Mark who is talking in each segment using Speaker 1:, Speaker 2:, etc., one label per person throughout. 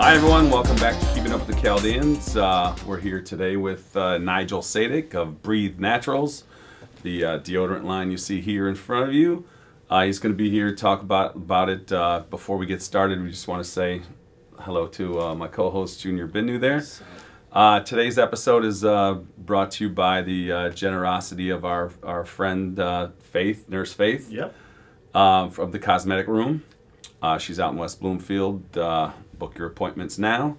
Speaker 1: Hi, everyone. Welcome back to Keeping Up with the Chaldeans. Uh, we're here today with uh, Nigel Sadik of Breathe Naturals, the uh, deodorant line you see here in front of you. Uh, he's going to be here to talk about, about it. Uh, before we get started, we just want to say hello to uh, my co host, Junior Bindu, there. Uh, today's episode is uh, brought to you by the uh, generosity of our, our friend, uh, Faith, Nurse Faith
Speaker 2: Yep.
Speaker 1: uh, from the cosmetic room. Uh, she's out in West Bloomfield. Uh, book your appointments now.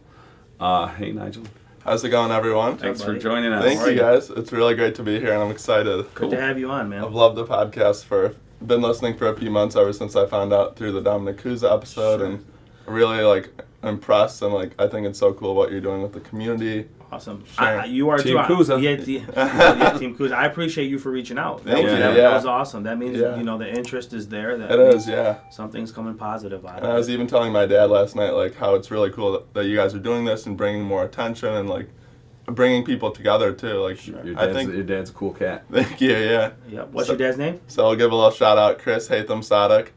Speaker 1: Uh, hey, Nigel.
Speaker 3: How's it going, everyone?
Speaker 1: Thanks for
Speaker 2: buddy.
Speaker 1: joining us.
Speaker 3: Thank
Speaker 2: How are
Speaker 3: you
Speaker 2: you?
Speaker 3: guys. It's really great to be here, and I'm excited.
Speaker 2: Good to have you on, man.
Speaker 3: I've loved the podcast for been listening for a few months ever since I found out through the Dominic Cusa episode, and really like impressed and like I think it's so cool what you're doing with the community.
Speaker 2: Awesome.
Speaker 3: Sure.
Speaker 2: I, I- you are
Speaker 1: Team
Speaker 2: too. I-
Speaker 1: Kuza.
Speaker 2: Yeah, te- yeah, Team Kuza. I appreciate you for reaching out. That
Speaker 3: Thank
Speaker 2: was,
Speaker 1: you,
Speaker 2: That,
Speaker 1: yeah.
Speaker 2: was awesome. That means
Speaker 3: Yeah.
Speaker 2: you know the interest is there. That
Speaker 3: It
Speaker 2: means
Speaker 3: is, yeah.
Speaker 2: Something's coming positive out
Speaker 3: And I
Speaker 2: of
Speaker 3: was
Speaker 2: it.
Speaker 3: even telling my dad last night like how it's really cool that, that you guys are doing this and bringing more attention and like bringing people together too. Like
Speaker 1: Your
Speaker 3: I
Speaker 1: dad's,
Speaker 3: think.
Speaker 1: your dad's a cool cat.
Speaker 3: Thank you. Yeah.
Speaker 2: Yep. What's
Speaker 3: So-
Speaker 2: your dad's name?
Speaker 3: So I'll give a little shout out, Chris Hatham Sadek.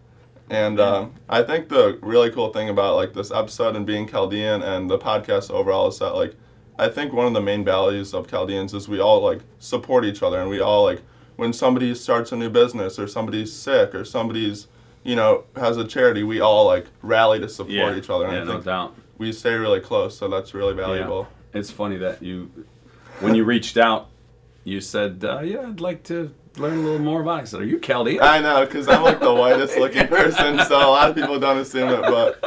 Speaker 3: And um, I think the really cool thing about like this episode and being Chaldean and the podcast overall is that like I think one of the main values of Chaldeans is we all like support each other and we all like when somebody starts a new business or somebody's sick or somebody's you know has a charity we all like rally to support each other and
Speaker 1: Yeah,
Speaker 3: I
Speaker 1: no
Speaker 3: think
Speaker 1: doubt.
Speaker 3: we stay really close so that's really valuable.
Speaker 1: Yeah. It's funny that you, when you reached out, you said, uh, "Yeah, I'd like to learn a little more about." It. I said, "Are you Chaldean?"
Speaker 3: I know because I'm like the whitest looking person so a lot of people don't assume it but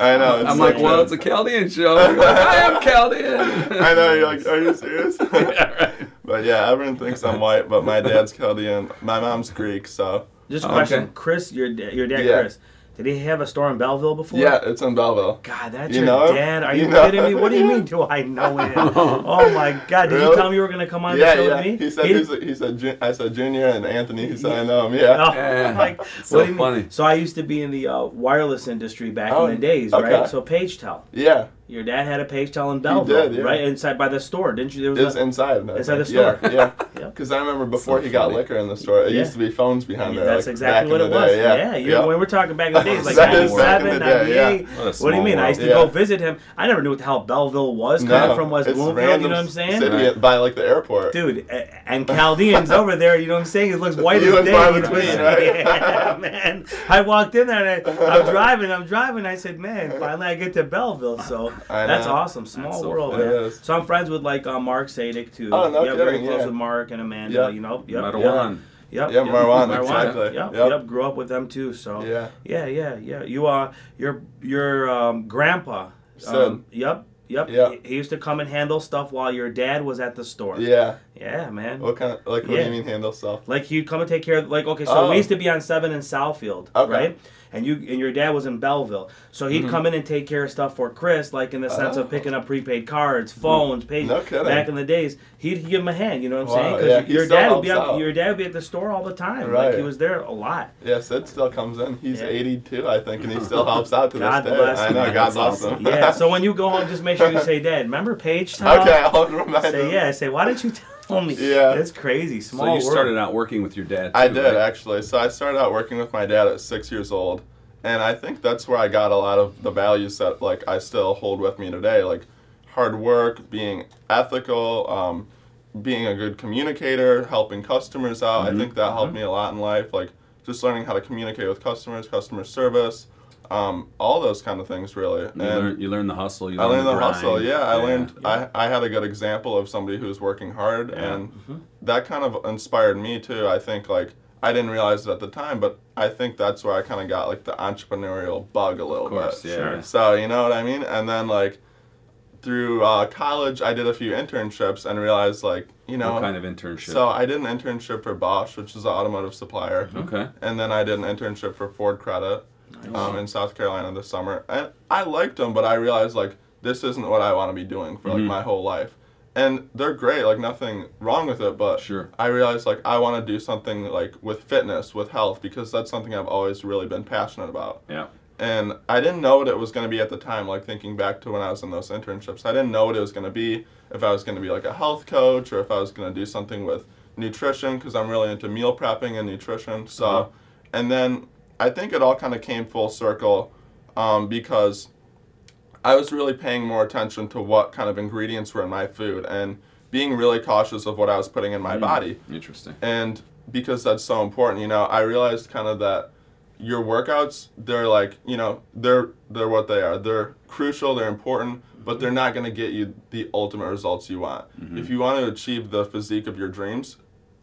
Speaker 3: I know it's uh,
Speaker 1: I'm like,
Speaker 3: such
Speaker 1: "Well,
Speaker 3: a-
Speaker 1: it's a Chaldean show." You're like, I am Chaldean.
Speaker 3: I know you're like, are you serious?
Speaker 1: Yeah, right.
Speaker 3: but yeah, everyone thinks I'm white, but my dad's Chaldean. My mom's Greek, so
Speaker 2: Just a
Speaker 1: Oh,
Speaker 2: question,
Speaker 1: okay.
Speaker 2: Chris. Your da- your dad,
Speaker 3: Yeah.
Speaker 2: Chris. Did he have a store in Belleville before?
Speaker 3: yeah, it's in Belleville.
Speaker 2: God, that's
Speaker 3: You
Speaker 2: your
Speaker 3: know him?
Speaker 2: dad. Are you,
Speaker 3: You know
Speaker 2: kidding me? What do you
Speaker 3: him?
Speaker 2: mean? Do I know him? oh my God! Did you
Speaker 3: Really?
Speaker 2: tell me you were gonna come on the
Speaker 3: Yeah,
Speaker 2: show
Speaker 3: yeah.
Speaker 2: with me?
Speaker 3: He said,
Speaker 2: He-
Speaker 3: he's a, he said, Ju- I said Junior and Anthony. He said, I know him. Yeah.
Speaker 2: Oh,
Speaker 1: Yeah.
Speaker 2: like,
Speaker 1: So
Speaker 2: what do you mean?
Speaker 1: funny.
Speaker 2: So I used to be in the uh, wireless industry back
Speaker 3: Oh,
Speaker 2: in the days,
Speaker 3: okay.
Speaker 2: right? So PageTel.
Speaker 3: Yeah.
Speaker 2: Your dad had a PageTel in Belleville,
Speaker 3: did, yeah.
Speaker 2: right? Inside by the store, didn't you? There was
Speaker 3: It's
Speaker 2: a,
Speaker 3: inside. I
Speaker 2: Inside the
Speaker 3: think. yeah,
Speaker 2: store.
Speaker 3: Yeah.
Speaker 2: Yeah.
Speaker 3: Because I remember before
Speaker 1: So
Speaker 3: he got
Speaker 1: funny.
Speaker 3: liquor in the store, it
Speaker 2: Yeah.
Speaker 3: used to be phones behind there.
Speaker 2: that's
Speaker 3: like,
Speaker 2: exactly
Speaker 3: back
Speaker 2: what
Speaker 3: in
Speaker 2: it
Speaker 3: the
Speaker 2: was.
Speaker 3: day. Yeah.
Speaker 2: Yeah, you know, when we're talking back in the days, like
Speaker 3: That is back in
Speaker 2: 97,
Speaker 3: the day, yeah.
Speaker 2: 98.
Speaker 1: What a
Speaker 2: What do you
Speaker 1: small
Speaker 2: mean? I
Speaker 1: world.
Speaker 2: used to go
Speaker 3: Yeah.
Speaker 2: visit him. I never knew what the hell Belleville was, coming
Speaker 3: No,
Speaker 2: from West
Speaker 3: it's
Speaker 2: Bloomfield,
Speaker 3: random
Speaker 2: you know what I'm saying?
Speaker 3: City
Speaker 1: Right.
Speaker 3: by like the airport.
Speaker 2: Dude, a- and Chaldean's over there, you know what I'm saying? He looks white
Speaker 3: You
Speaker 2: as
Speaker 3: and
Speaker 2: day.
Speaker 3: Barber
Speaker 2: you know what I'm
Speaker 3: Tweed,
Speaker 2: saying?
Speaker 3: right?
Speaker 2: Yeah, man. I walked in there and I, I'm driving, I'm driving. I said, man, finally I get to Belleville. So
Speaker 3: I
Speaker 2: that's
Speaker 3: know.
Speaker 2: awesome. Small
Speaker 1: That's so
Speaker 2: world,
Speaker 1: fun.
Speaker 3: It
Speaker 2: man.
Speaker 3: is.
Speaker 2: So I'm friends with like uh, Mark Sadik too.
Speaker 3: Oh, no
Speaker 2: yeah, very
Speaker 3: kidding,
Speaker 2: close
Speaker 3: yeah.
Speaker 2: with Mark and Amanda,
Speaker 3: Yeah.
Speaker 2: you know? Yep.
Speaker 1: Metal
Speaker 2: yep.
Speaker 1: one.
Speaker 2: Yep.
Speaker 3: Yeah,
Speaker 2: yep,
Speaker 3: Marwan,
Speaker 1: exactly.
Speaker 2: Yep, yep.
Speaker 3: Yep.
Speaker 2: Grew up with them too. So
Speaker 3: Yeah.
Speaker 2: yeah, yeah, yeah. You uh, your your um, grandpa.
Speaker 3: Sid.
Speaker 2: Um, yep, yep.
Speaker 3: Yeah.
Speaker 2: He- He used to come and handle stuff while your dad was at the store.
Speaker 3: Yeah.
Speaker 2: Yeah, man.
Speaker 3: What kind of like? What do
Speaker 2: Yeah.
Speaker 3: you mean handle stuff?
Speaker 2: Like he'd come and take care of like okay, so
Speaker 3: Oh.
Speaker 2: we used to be on seven in Southfield,
Speaker 3: Okay. Mm-hmm.
Speaker 2: right? And you and your dad was in Belleville, so he'd come in and take care of stuff for Chris, like in the sense
Speaker 3: Oh.
Speaker 2: of picking up prepaid cards, phones, pay.
Speaker 3: No kidding.
Speaker 2: Back in the days, he'd give him a hand. You know what I'm saying?
Speaker 3: Wow,
Speaker 2: 'Cause
Speaker 3: yeah, he
Speaker 2: your
Speaker 3: still
Speaker 2: dad would be
Speaker 3: helps
Speaker 2: out,
Speaker 3: out.
Speaker 2: your dad would be at the store all the time. Like
Speaker 3: Right.
Speaker 2: he was there a lot.
Speaker 3: Yeah, Sid still comes in. He's
Speaker 2: Yeah.
Speaker 3: 82, I think, and he still helps out to
Speaker 2: God
Speaker 3: this day.
Speaker 2: bless
Speaker 3: I
Speaker 2: him.
Speaker 3: know, God
Speaker 2: That's
Speaker 3: bless him.
Speaker 2: yeah. So when you go home, just make sure you say, "Dad, remember Paige?" Tom?"
Speaker 3: okay, I'll remind
Speaker 2: Say
Speaker 3: him.
Speaker 2: yeah. Say why didn't you tell me?
Speaker 3: Yeah.
Speaker 2: That's crazy.
Speaker 1: So
Speaker 2: Small
Speaker 1: you
Speaker 2: world.
Speaker 1: started out working with your dad.
Speaker 3: I
Speaker 1: too,
Speaker 3: did
Speaker 1: right?
Speaker 3: actually. So I started out working with my dad at six years old, and I think that's where I got a lot of the values that like I still hold with me today, like hard work, being ethical, um, being a good communicator, helping customers out.
Speaker 2: Mm-hmm.
Speaker 3: I think that helped me a lot in life, like just learning how to communicate with customers, customer service, um, all those kind of things really.
Speaker 1: You
Speaker 3: And-
Speaker 1: learn, you learn the hustle. You
Speaker 3: I
Speaker 1: learn
Speaker 3: learned the,
Speaker 1: grind.
Speaker 3: hustle. Yeah, I learned. I, I had a good example of somebody who's working hard,
Speaker 1: Yeah. mm-hmm.
Speaker 3: and that kind of inspired me too. I think like I didn't realize it at the time, but I think that's where I kind of got like the entrepreneurial bug a little
Speaker 1: course,
Speaker 3: bit.
Speaker 1: yeah,
Speaker 2: Sure.
Speaker 1: yeah.
Speaker 3: So you know what I mean? And then like through uh, college, I did a few internships and realized like you know.
Speaker 1: What kind of internship?
Speaker 3: so I did an internship for Bosch, which is an automotive supplier,
Speaker 1: okay.
Speaker 3: and then I did an internship for Ford Credit um, in South Carolina this summer. And I liked them, but I realized like this isn't what I want to be doing for like my whole life. And they're great, like nothing wrong with it, but
Speaker 1: Sure.
Speaker 3: I realized like I want to do something like with fitness, with health, because that's something I've always really been passionate about.
Speaker 1: Yeah.
Speaker 3: And I didn't know what it was going to be at the time, like thinking back to when I was in those internships. I didn't know what it was going to be, if I was going to be like a health coach or if I was going to do something with nutrition, because I'm really into meal prepping and nutrition. So,
Speaker 1: Uh-huh.
Speaker 3: and then I think it all kind of came full circle um, because I was really paying more attention to what kind of ingredients were in my food and being really cautious of what I was putting in my body.
Speaker 1: Interesting.
Speaker 3: And because that's so important, you know, I realized kind of that your workouts, they're like, you know, they're they're what they are. They're crucial, they're important, but they're not going to get you the ultimate results you want.
Speaker 2: Mm-hmm.
Speaker 3: If you want to achieve the physique of your dreams,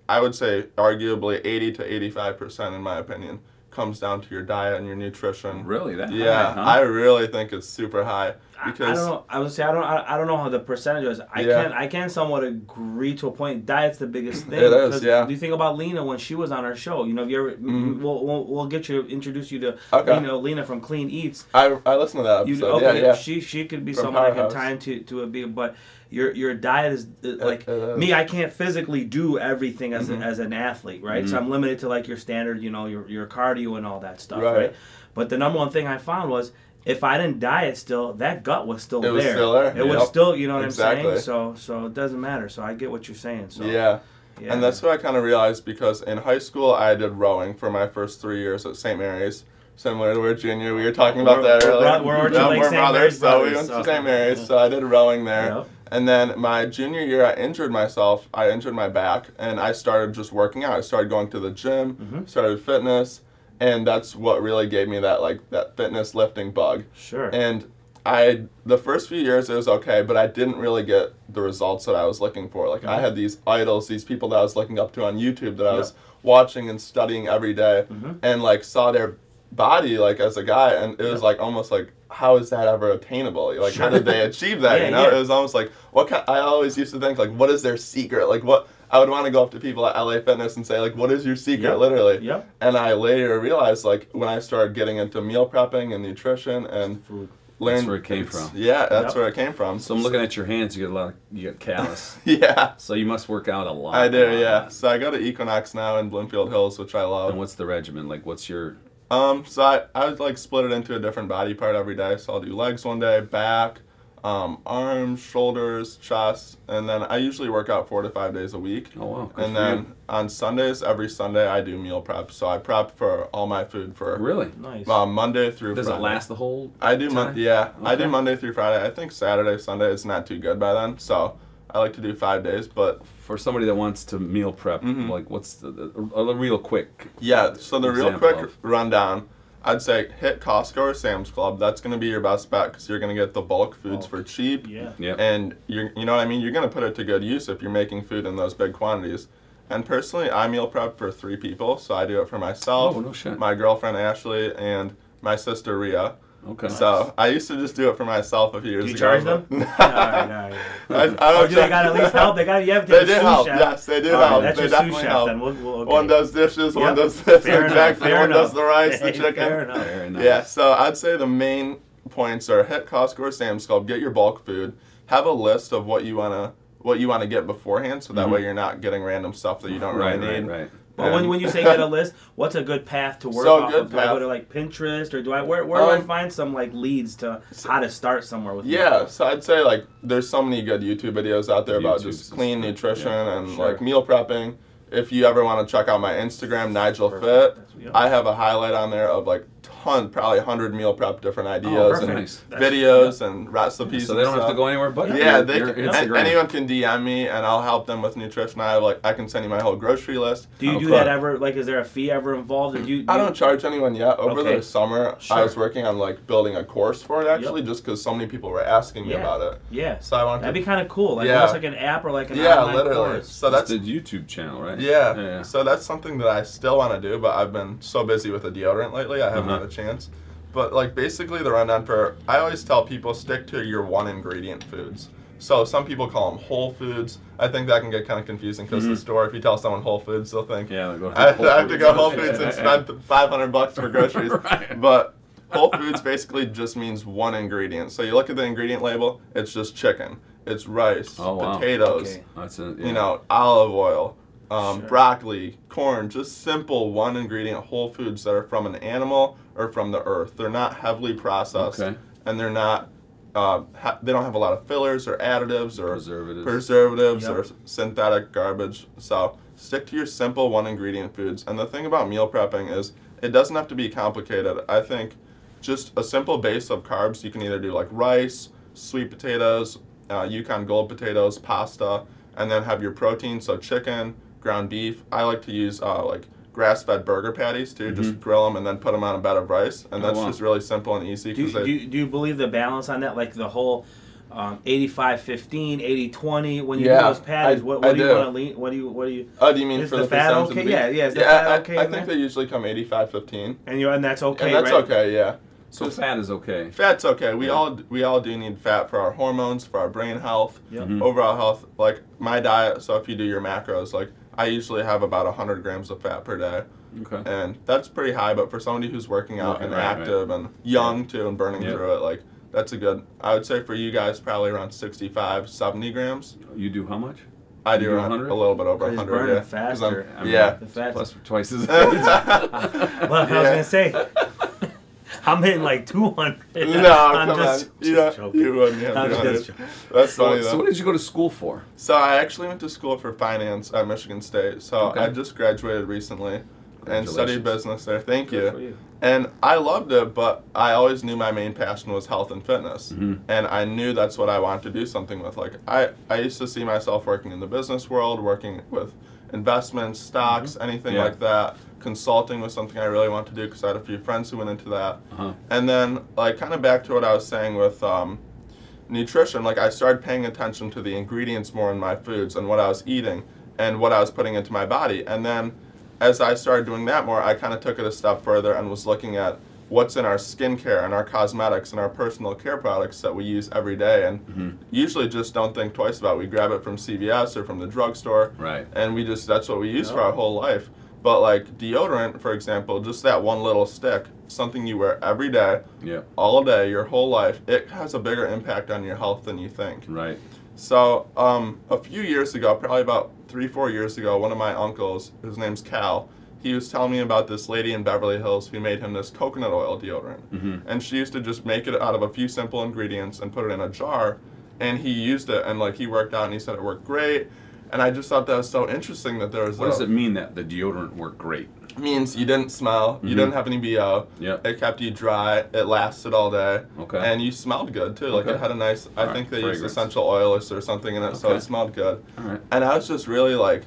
Speaker 3: I would say arguably 80 to 85% in my opinion comes down to your diet and your nutrition.
Speaker 1: Really? That high,
Speaker 3: Yeah,
Speaker 1: huh?
Speaker 3: I really think it's super high
Speaker 2: I- I
Speaker 3: because
Speaker 2: don't know. I would say I don't. I, I don't know how the percentage was. I
Speaker 3: Yeah.
Speaker 2: can I can somewhat agree to a point. Diet's the biggest thing.
Speaker 3: It is,
Speaker 2: 'cause
Speaker 3: yeah. Mm-hmm.
Speaker 2: You think about Lena when she was on our show. You know, if you ever, we'll, we'll we'll get you introduce you to
Speaker 3: Okay.
Speaker 2: you know Lena from Clean Eats.
Speaker 3: I, I listened to that
Speaker 2: You
Speaker 3: episode.
Speaker 2: okay?
Speaker 3: yeah, yeah.
Speaker 2: She she could be
Speaker 3: From
Speaker 2: someone I can
Speaker 3: Powerhouse.
Speaker 2: tie into to a big. But your your diet is uh, like
Speaker 3: uh,
Speaker 2: me. I can't physically do everything as a, as an athlete, right? So I'm limited to like your standard, you know, your your cardio and all that stuff, right?
Speaker 3: Right.
Speaker 2: But the number one thing I found was. If I didn't diet still, that gut was still
Speaker 3: It was
Speaker 2: there.
Speaker 3: still there,
Speaker 2: It was
Speaker 3: yep.
Speaker 2: still, you know what I'm
Speaker 3: Exactly.
Speaker 2: saying? So so it doesn't matter. So I get what you're saying. So
Speaker 3: yeah.
Speaker 2: yeah.
Speaker 3: And that's what I kind of realized because in high school I did rowing for my first three years at St. Mary's, similar to where Junior we were talking about
Speaker 2: We're-
Speaker 3: that
Speaker 2: we're
Speaker 3: earlier.
Speaker 2: bro- we're orchard
Speaker 3: Yeah,
Speaker 2: like
Speaker 3: we're
Speaker 2: St. Mary's
Speaker 3: so we
Speaker 2: brothers,
Speaker 3: went to
Speaker 2: so-
Speaker 3: St. Mary's. So I did rowing there,
Speaker 2: Yep.
Speaker 3: and then my junior year I injured myself. I injured my back, and I started just working out. I started going to the gym,
Speaker 2: Mm-hmm.
Speaker 3: started fitness, and that's what really gave me that like that fitness lifting bug.
Speaker 2: sure.
Speaker 3: and I the first few years it was okay, but I didn't really get the results that I was looking for. Like
Speaker 2: Mm-hmm.
Speaker 3: I had these idols, these people that I was looking up to on YouTube that I was watching and studying every day
Speaker 2: Mm-hmm.
Speaker 3: and like saw their body like as a guy and it was like almost like how is that ever attainable? Like how did they achieve that?
Speaker 2: Yeah,
Speaker 3: you know,
Speaker 2: yeah.
Speaker 3: it was almost like what kind, I always used to think like what is their secret? Like what I would want to go up to people at LA Fitness and say like what is your secret?
Speaker 2: Yep.
Speaker 3: Literally.
Speaker 2: Yep.
Speaker 3: And I later realized, like, when I started getting into meal prepping and nutrition and
Speaker 2: Food.
Speaker 3: learned.
Speaker 1: where it came from.
Speaker 3: Yeah, that's
Speaker 2: Yep.
Speaker 3: where it came from.
Speaker 1: So I'm looking at your hands. You got a lot. Of, you got callus.
Speaker 3: Yeah,
Speaker 1: so you must work out a lot.
Speaker 3: I do, yeah. So I go to Equinox now in Bloomfield Hills, which I
Speaker 1: And
Speaker 3: love.
Speaker 1: what's the regimen like? What's your
Speaker 3: Um, so I, I would, like, split it into a different body part every day. So I'll do legs one day, back, um, arms, shoulders, chest, and then I usually work out four to five days a week.
Speaker 1: oh wow? good
Speaker 3: And
Speaker 1: for you.
Speaker 3: then on Sundays, every Sunday, I do meal prep. So I prep for all my food for
Speaker 1: really
Speaker 2: Nice.
Speaker 3: uh, Monday through
Speaker 1: does it
Speaker 3: Friday.
Speaker 1: last the whole?
Speaker 3: I do
Speaker 1: time?
Speaker 3: mon- yeah. I do
Speaker 1: Okay.
Speaker 3: Monday through Friday. I think Saturday, Sunday is not too good by then, so I like to do five days. But
Speaker 1: For somebody that wants to meal prep,
Speaker 3: Mm-hmm.
Speaker 1: like what's the, the a, a real quick?
Speaker 3: yeah, so the real
Speaker 1: Example
Speaker 3: quick
Speaker 1: of-
Speaker 3: rundown, I'd say hit Costco or Sam's Club. That's gonna be your best bet because you're gonna get the bulk foods for cheap.
Speaker 2: yeah.
Speaker 1: Yeah.
Speaker 3: And you're, you know what I mean. You're gonna put it to good use if you're making food in those big quantities. And personally, I meal prep for three people, so I do it for myself,
Speaker 1: Oh, no shit.
Speaker 3: my girlfriend Ashley, and my sister Rhea.
Speaker 1: okay.
Speaker 3: So I used to just do it for myself a few years
Speaker 2: Do you
Speaker 3: ago.
Speaker 2: charge them? all right, all right.
Speaker 3: I, I don't
Speaker 2: Or Oh, do they
Speaker 3: check-
Speaker 2: got at least help? They got you have to
Speaker 3: They
Speaker 2: have a
Speaker 3: did
Speaker 2: sous
Speaker 3: help.
Speaker 2: chef.
Speaker 3: Yes, they did
Speaker 2: All right,
Speaker 3: help.
Speaker 2: that's
Speaker 3: They
Speaker 2: your
Speaker 3: definitely
Speaker 2: sous chef.
Speaker 3: helped.
Speaker 2: Then we'll, we'll, okay.
Speaker 3: One does dishes, one
Speaker 2: Yep.
Speaker 3: does this,
Speaker 2: Fair
Speaker 3: one
Speaker 2: enough,
Speaker 3: jackfruit,
Speaker 2: fair
Speaker 3: one does
Speaker 2: enough.
Speaker 3: the rice, the
Speaker 2: Hey,
Speaker 3: chicken.
Speaker 2: fair enough.
Speaker 1: Very nice.
Speaker 3: Yeah, so I'd say the main points are hit Costco or Sam's Club, get your bulk food, have a list of what you wanna what you wanna get beforehand, so that
Speaker 2: Mm-hmm.
Speaker 3: way you're not getting random stuff that you don't
Speaker 1: Right,
Speaker 3: really
Speaker 1: right,
Speaker 3: need.
Speaker 1: right.
Speaker 2: But when,
Speaker 3: And-
Speaker 2: when you say get a list, what's a good path to work
Speaker 3: So,
Speaker 2: off
Speaker 3: good
Speaker 2: of? Do I go
Speaker 3: path.
Speaker 2: to like Pinterest or do I where where do I
Speaker 3: Um,
Speaker 2: find some like leads to how to start somewhere with?
Speaker 3: Yeah, so I'd say like there's so many good YouTube videos out there about
Speaker 1: YouTube's
Speaker 3: just clean
Speaker 1: just-
Speaker 3: nutrition
Speaker 1: yeah,
Speaker 3: and
Speaker 1: sure.
Speaker 3: like meal prepping. If you ever want to check out my Instagram, Nigel
Speaker 2: Perfect. That's what we
Speaker 3: Fit,
Speaker 2: are.
Speaker 3: I have a highlight on there of like ton, probably hundred meal prep
Speaker 2: Oh,
Speaker 3: different ideas
Speaker 1: perfect.
Speaker 3: and
Speaker 1: Nice.
Speaker 2: That's-
Speaker 3: videos and recipes.
Speaker 1: So they don't
Speaker 3: and
Speaker 1: have to
Speaker 3: stuff.
Speaker 1: go anywhere but
Speaker 3: Yeah,
Speaker 1: your-
Speaker 3: they
Speaker 1: your
Speaker 3: can, an-
Speaker 1: Instagram.
Speaker 3: anyone can DM me and I'll help them with nutrition. I have like I can send you my whole grocery list.
Speaker 2: Do you do
Speaker 1: Okay.
Speaker 2: that ever? Like, is there a fee ever involved? Or do you, do
Speaker 3: Oh, I
Speaker 2: you-
Speaker 3: don't charge anyone yet. Over
Speaker 2: Okay.
Speaker 3: the summer,
Speaker 2: Sure.
Speaker 3: I was working on like building a course for it actually, just because so many people were asking me
Speaker 2: Yeah.
Speaker 3: about it.
Speaker 2: Yeah,
Speaker 3: So I wanted to
Speaker 2: that'd be kind of cool. Like,
Speaker 3: Yeah.
Speaker 2: almost like an app or like an
Speaker 3: Yeah,
Speaker 2: online
Speaker 3: literally.
Speaker 2: course.
Speaker 3: So
Speaker 1: It's
Speaker 3: that's
Speaker 1: the YouTube channel, right?
Speaker 3: yeah.
Speaker 1: yeah.
Speaker 3: So that's something that I still want to do, but I've been so busy with the deodorant lately, I haven't
Speaker 1: Uh-huh.
Speaker 3: had a chance. But like basically the rundown for I always tell people stick to your one ingredient foods. So some people call them whole foods. I think that can get kind of confusing because the store, if you tell someone whole foods, they'll think
Speaker 1: Mm-hmm. Yeah, they'll go
Speaker 3: I,
Speaker 1: Whole
Speaker 3: I have to
Speaker 1: Foods.
Speaker 3: go Whole Foods and spend 500 bucks for groceries.
Speaker 1: Right.
Speaker 3: But Whole Foods basically just means one ingredient. So you look at the ingredient label, it's just chicken, it's rice,
Speaker 1: Oh, wow.
Speaker 3: potatoes,
Speaker 2: Okay.
Speaker 1: That's it.
Speaker 3: you know, olive oil, um,
Speaker 2: Sure.
Speaker 3: broccoli, corn, just simple one ingredient whole foods that are from an animal or from the earth. They're not heavily processed
Speaker 1: Okay.
Speaker 3: and they're not. Uh, ha- they don't have a lot of fillers or additives or
Speaker 1: Preservatives.
Speaker 3: preservatives
Speaker 2: Yep.
Speaker 3: or s- synthetic garbage. So stick to your simple one ingredient foods. And the thing about meal prepping is it doesn't have to be complicated. I think just a simple base of carbs. You can either do like rice, sweet potatoes, uh, Yukon gold potatoes, pasta, and then have your protein. So chicken, ground beef. I like to use uh, like grass-fed burger patties too.
Speaker 2: Mm-hmm.
Speaker 3: Just grill them and then put them on a bed of rice, and
Speaker 1: Oh,
Speaker 3: that's
Speaker 1: wow.
Speaker 3: just really simple and easy.
Speaker 2: Do you,
Speaker 3: 'cause they-
Speaker 2: do, you, do you believe the balance on that? Like the whole um, 85-15, 80-20, when you
Speaker 3: Yeah,
Speaker 2: do those patties,
Speaker 3: I-
Speaker 2: what,
Speaker 3: I
Speaker 2: what do, you
Speaker 3: do.
Speaker 2: want to lean? What do you, what do you,
Speaker 3: Oh, do you mean
Speaker 2: Is
Speaker 3: for
Speaker 2: the
Speaker 3: the,
Speaker 2: fat
Speaker 3: percentage of
Speaker 2: okay?
Speaker 3: meat?
Speaker 2: Yeah, yeah, is the
Speaker 3: yeah,
Speaker 2: fat
Speaker 3: I,
Speaker 2: okay
Speaker 3: I
Speaker 2: in
Speaker 3: think
Speaker 2: there?
Speaker 3: they usually come 85 15.
Speaker 2: and you and that's okay,
Speaker 3: and that's
Speaker 2: right?
Speaker 3: okay, yeah.
Speaker 1: So
Speaker 3: Just-
Speaker 1: fat is okay.
Speaker 3: Fat's okay. We all we all do need fat for our hormones, for our brain health,
Speaker 2: Yep.
Speaker 1: Mm. Mm-hmm.
Speaker 3: overall health. Like my diet, so if you do your macros, like I usually have about 100 grams of fat per day,
Speaker 1: Okay.
Speaker 3: and that's pretty high. But for somebody who's working out
Speaker 1: Working,
Speaker 3: and
Speaker 1: right, right.
Speaker 3: active and young too and burning
Speaker 1: Yep.
Speaker 3: through it, like that's a good. I would say for you guys probably around 65, 70 grams.
Speaker 1: You do how much?
Speaker 3: I
Speaker 1: You
Speaker 3: do
Speaker 1: do
Speaker 3: around
Speaker 1: 100?
Speaker 3: a little bit over
Speaker 2: Because he's
Speaker 3: 100.
Speaker 2: burning
Speaker 3: yeah. 'Cause I'm-
Speaker 2: faster.
Speaker 1: I'm-
Speaker 3: yeah.
Speaker 2: The fat.
Speaker 1: Plus twice as
Speaker 2: Well, I was
Speaker 3: Yeah.
Speaker 2: gonna say, I'm hitting like 200.
Speaker 3: No,
Speaker 2: I'm
Speaker 3: come
Speaker 2: just,
Speaker 3: on.
Speaker 2: just
Speaker 3: yeah,
Speaker 2: joking.
Speaker 3: you wouldn't have
Speaker 2: I'm
Speaker 3: done
Speaker 2: just
Speaker 3: it. That's
Speaker 1: so,
Speaker 3: funny
Speaker 1: so
Speaker 3: though.
Speaker 1: what did you go to school for?
Speaker 3: So I actually went to school for finance at Michigan State. So
Speaker 1: Okay.
Speaker 3: I just graduated recently and
Speaker 1: Congratulations.
Speaker 3: studied business there. Thank
Speaker 2: Good
Speaker 3: you.
Speaker 2: for you.
Speaker 3: And I loved it, but I always knew my main passion was health and fitness.
Speaker 1: Mm-hmm.
Speaker 3: And I knew that's what I wanted to do something with. Like I, I used to see myself working in the business world, working with investments, stocks, anything
Speaker 1: Mm-hmm. Yeah.
Speaker 3: like that. Consulting was something I really wanted to do because I had a few friends who went into that.
Speaker 1: Uh-huh.
Speaker 3: And then, like, kind of back to what I was saying with um, nutrition, like, I started paying attention to the ingredients more in my foods and what I was eating and what I was putting into my body. And then, as I started doing that more, I kind of took it a step further and was looking at what's in our skincare and our cosmetics and our personal care products that we use every day and usually just don't think twice about. We grab it from CVS or from the drugstore
Speaker 1: Right.
Speaker 3: and we just that's what we use for
Speaker 2: Yeah.
Speaker 3: our whole life. But like deodorant, for example, just that one little stick, something you wear every day,
Speaker 1: Yeah.
Speaker 3: all day, your whole life, it has a bigger impact on your health than you think.
Speaker 1: Right.
Speaker 3: So um, a few years ago, probably about three, four years ago, one of my uncles, his name's Cal, he was telling me about this lady in Beverly Hills who made him this coconut oil deodorant.
Speaker 1: Mm-hmm.
Speaker 3: And she used to just make it out of a few simple ingredients and put it in a jar. And he used it and like he worked out and he said it worked great. And I just thought that was so interesting that there was
Speaker 1: What
Speaker 3: a,
Speaker 1: does it mean that the deodorant worked great?
Speaker 3: means you didn't smell,
Speaker 1: Mm-hmm.
Speaker 3: you didn't have any BO.
Speaker 1: Yep.
Speaker 3: It kept you dry. It lasted all day.
Speaker 1: Okay.
Speaker 3: And you smelled good too. Like
Speaker 1: Okay.
Speaker 3: it had a nice. I
Speaker 1: All
Speaker 3: think
Speaker 1: right,
Speaker 3: they used
Speaker 1: fragrance.
Speaker 3: essential oils or something in it, so
Speaker 1: Okay.
Speaker 3: it smelled good.
Speaker 1: All right.
Speaker 3: And I was just really like,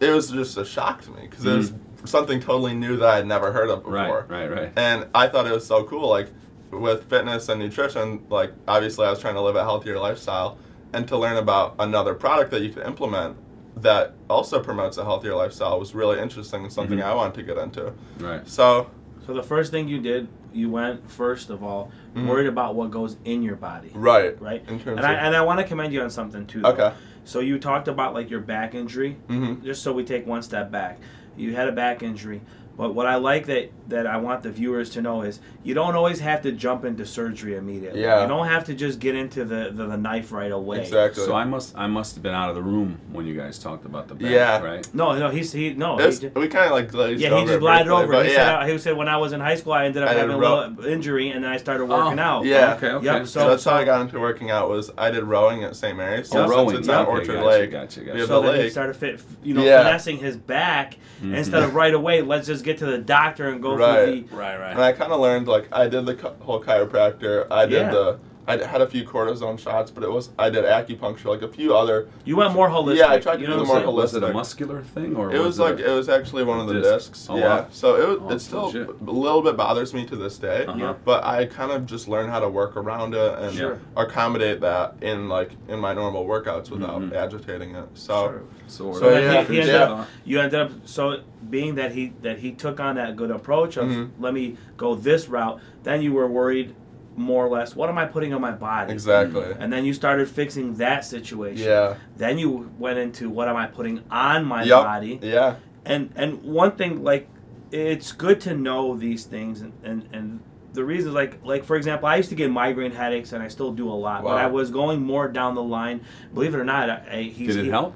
Speaker 3: it was just a shock to me because it was something totally new that I had never heard of before.
Speaker 1: Mm-hmm. Right. Right. Right.
Speaker 3: And I thought it was so cool. Like with fitness and nutrition, like obviously I was trying to live a healthier lifestyle and to learn about another product that you could implement that also promotes a healthier lifestyle was really interesting and something
Speaker 1: Mm-hmm.
Speaker 3: I wanted to get into.
Speaker 1: Right.
Speaker 3: So
Speaker 2: So the first thing you did, you went first of all
Speaker 3: Mm-hmm.
Speaker 2: worried about what goes in your body,
Speaker 3: right.
Speaker 2: right?
Speaker 3: In terms
Speaker 2: and I
Speaker 3: of
Speaker 2: and I want to commend you on something too. though.
Speaker 3: Mm-hmm. Okay.
Speaker 2: So you talked about like your back injury.
Speaker 3: Mhm.
Speaker 2: Just so we take one step back, you had a back injury. But what I like that that I want the viewers to know is you don't always have to jump into surgery immediately.
Speaker 3: Yeah.
Speaker 2: You don't have to just get into the the, the knife right away.
Speaker 3: Exactly.
Speaker 1: So I must I must have been out of the room when you guys talked about the back,
Speaker 3: Yeah.
Speaker 1: right?
Speaker 2: No, no, he's he no.
Speaker 3: It's-
Speaker 2: he ju-
Speaker 3: we kind of like glazed
Speaker 2: yeah,
Speaker 3: over
Speaker 2: he just
Speaker 3: it
Speaker 2: glided
Speaker 3: briefly,
Speaker 2: over.
Speaker 3: but
Speaker 2: He,
Speaker 3: yeah.
Speaker 2: said, "Oh, he said, when I was in high school, I ended up
Speaker 3: I did
Speaker 2: having a
Speaker 3: row-
Speaker 2: little injury, and then I started working out.
Speaker 3: Oh, yeah.
Speaker 1: Okay. Okay.
Speaker 2: Yep,
Speaker 3: so, that's how I got into working out was I did rowing at St. Mary's. So
Speaker 1: Oh,
Speaker 3: since
Speaker 1: rowing.
Speaker 3: It's
Speaker 1: Yeah,
Speaker 3: on
Speaker 1: okay,
Speaker 3: Orchard
Speaker 1: gotcha,
Speaker 3: Lake.
Speaker 1: gotcha,
Speaker 3: we
Speaker 1: gotcha.
Speaker 3: have
Speaker 2: So
Speaker 3: a
Speaker 2: then he
Speaker 3: lake.
Speaker 2: started fit, you know,
Speaker 3: Yeah. Mm-hmm.
Speaker 2: finessing his back instead of right away. Let's just get to the doctor and go
Speaker 3: Right.
Speaker 2: for the.
Speaker 4: Right,
Speaker 3: And I kind of learned like I did the ch- whole chiropractor. I did
Speaker 2: Yeah.
Speaker 3: the I had a few cortisone shots, but it was I did acupuncture, like a few other.
Speaker 2: You went more holistic.
Speaker 3: Yeah, I tried to
Speaker 2: you
Speaker 3: do
Speaker 2: know
Speaker 3: the
Speaker 2: what
Speaker 1: Was
Speaker 2: I'm
Speaker 3: more
Speaker 1: it,
Speaker 2: saying?
Speaker 1: was it a
Speaker 3: holistic.
Speaker 1: muscular thing or
Speaker 3: It was like it was actually one of the
Speaker 1: Disc.
Speaker 3: discs.
Speaker 1: Oh,
Speaker 3: yeah.
Speaker 1: wow.
Speaker 3: So it was,
Speaker 1: Oh,
Speaker 3: it still
Speaker 1: legit.
Speaker 3: a little bit bothers me to this day,
Speaker 1: Uh-huh.
Speaker 3: but I kind of just learned how to work around it and
Speaker 2: Sure.
Speaker 3: accommodate that in like in my normal workouts without
Speaker 1: Mhm.
Speaker 3: agitating it. So
Speaker 2: Sure.
Speaker 1: so,
Speaker 3: so
Speaker 1: so
Speaker 3: then
Speaker 1: yeah,
Speaker 3: he- he
Speaker 2: ended
Speaker 1: yeah.
Speaker 2: up- You ended up so being that he that he took on that good approach of
Speaker 3: Mhm.
Speaker 2: let me go this route. Then you were worried more or less. What am I putting on my body?
Speaker 3: exactly.
Speaker 2: And then you started fixing that situation.
Speaker 3: Yeah.
Speaker 2: Then you went into what am I putting on my
Speaker 3: Yup.
Speaker 2: body?
Speaker 3: Yeah.
Speaker 2: and and one thing like it's good to know these things and and, and the reasons like like for example i used to get migraine headaches and i still do a lot but
Speaker 3: Wow.
Speaker 2: i was going more down the line believe it or not i, I he's,
Speaker 1: Did it
Speaker 2: he-
Speaker 1: help?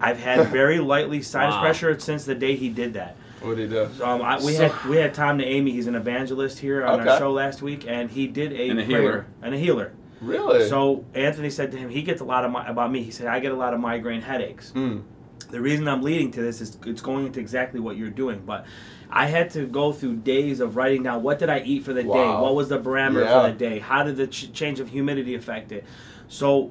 Speaker 2: i've had very lightly sinus
Speaker 1: Wow.
Speaker 2: pressure since the day he did that
Speaker 3: What do you do?
Speaker 2: um, I, we
Speaker 1: So-
Speaker 2: had we had tom to amy he's an evangelist here on our
Speaker 3: Okay.
Speaker 2: show last week and he did a,
Speaker 1: And a
Speaker 2: prayer-
Speaker 1: healer.
Speaker 2: and a healer
Speaker 3: Really?
Speaker 2: so anthony said to him he gets a lot of mi- about me he said i get a lot of migraine headaches
Speaker 3: Mm.
Speaker 2: the reason I'm leading to this is it's going into exactly what you're doing, but I had to go through days of writing down what did I eat for the day,
Speaker 3: Wow.
Speaker 2: what was the parameter
Speaker 3: Yeah.
Speaker 2: for the day, how did the ch- change of humidity affect it. So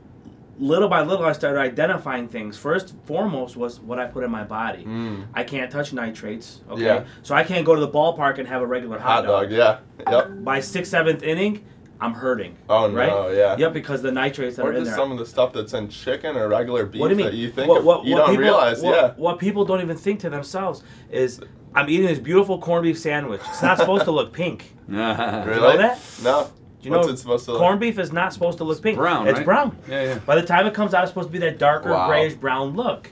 Speaker 2: little by little, I started identifying things. First and foremost was what I put in my body.
Speaker 3: Mm.
Speaker 2: I can't touch nitrates. Okay,
Speaker 3: Yeah.
Speaker 2: so I can't go to the ballpark and have a regular
Speaker 3: Hot dog, yeah. Yep.
Speaker 2: By sixth, seventh inning, I'm hurting.
Speaker 3: Oh no,
Speaker 2: right?
Speaker 3: yeah.
Speaker 2: Yep, because the nitrates that
Speaker 3: Or
Speaker 2: are in
Speaker 3: just
Speaker 2: there.
Speaker 3: some of the stuff that's in chicken or regular beef
Speaker 2: What do you
Speaker 3: that
Speaker 2: mean?
Speaker 3: you think
Speaker 2: what,
Speaker 3: of-
Speaker 2: what-
Speaker 3: you
Speaker 2: what
Speaker 3: don't
Speaker 2: people,
Speaker 3: realize,
Speaker 2: what,
Speaker 3: yeah.
Speaker 2: What people don't even think to themselves is, I'm eating this beautiful corned beef sandwich. It's not supposed to look pink.
Speaker 3: Really?
Speaker 1: yeah,
Speaker 2: that?
Speaker 3: No.
Speaker 2: Do you
Speaker 3: What's
Speaker 2: know
Speaker 3: it supposed to
Speaker 2: corned beef is not supposed to look pink.
Speaker 1: brown,
Speaker 2: It's
Speaker 1: right?
Speaker 2: brown.
Speaker 1: yeah.
Speaker 2: By the time it comes out, it's supposed to be that darker
Speaker 3: Wow.
Speaker 2: grayish brown look.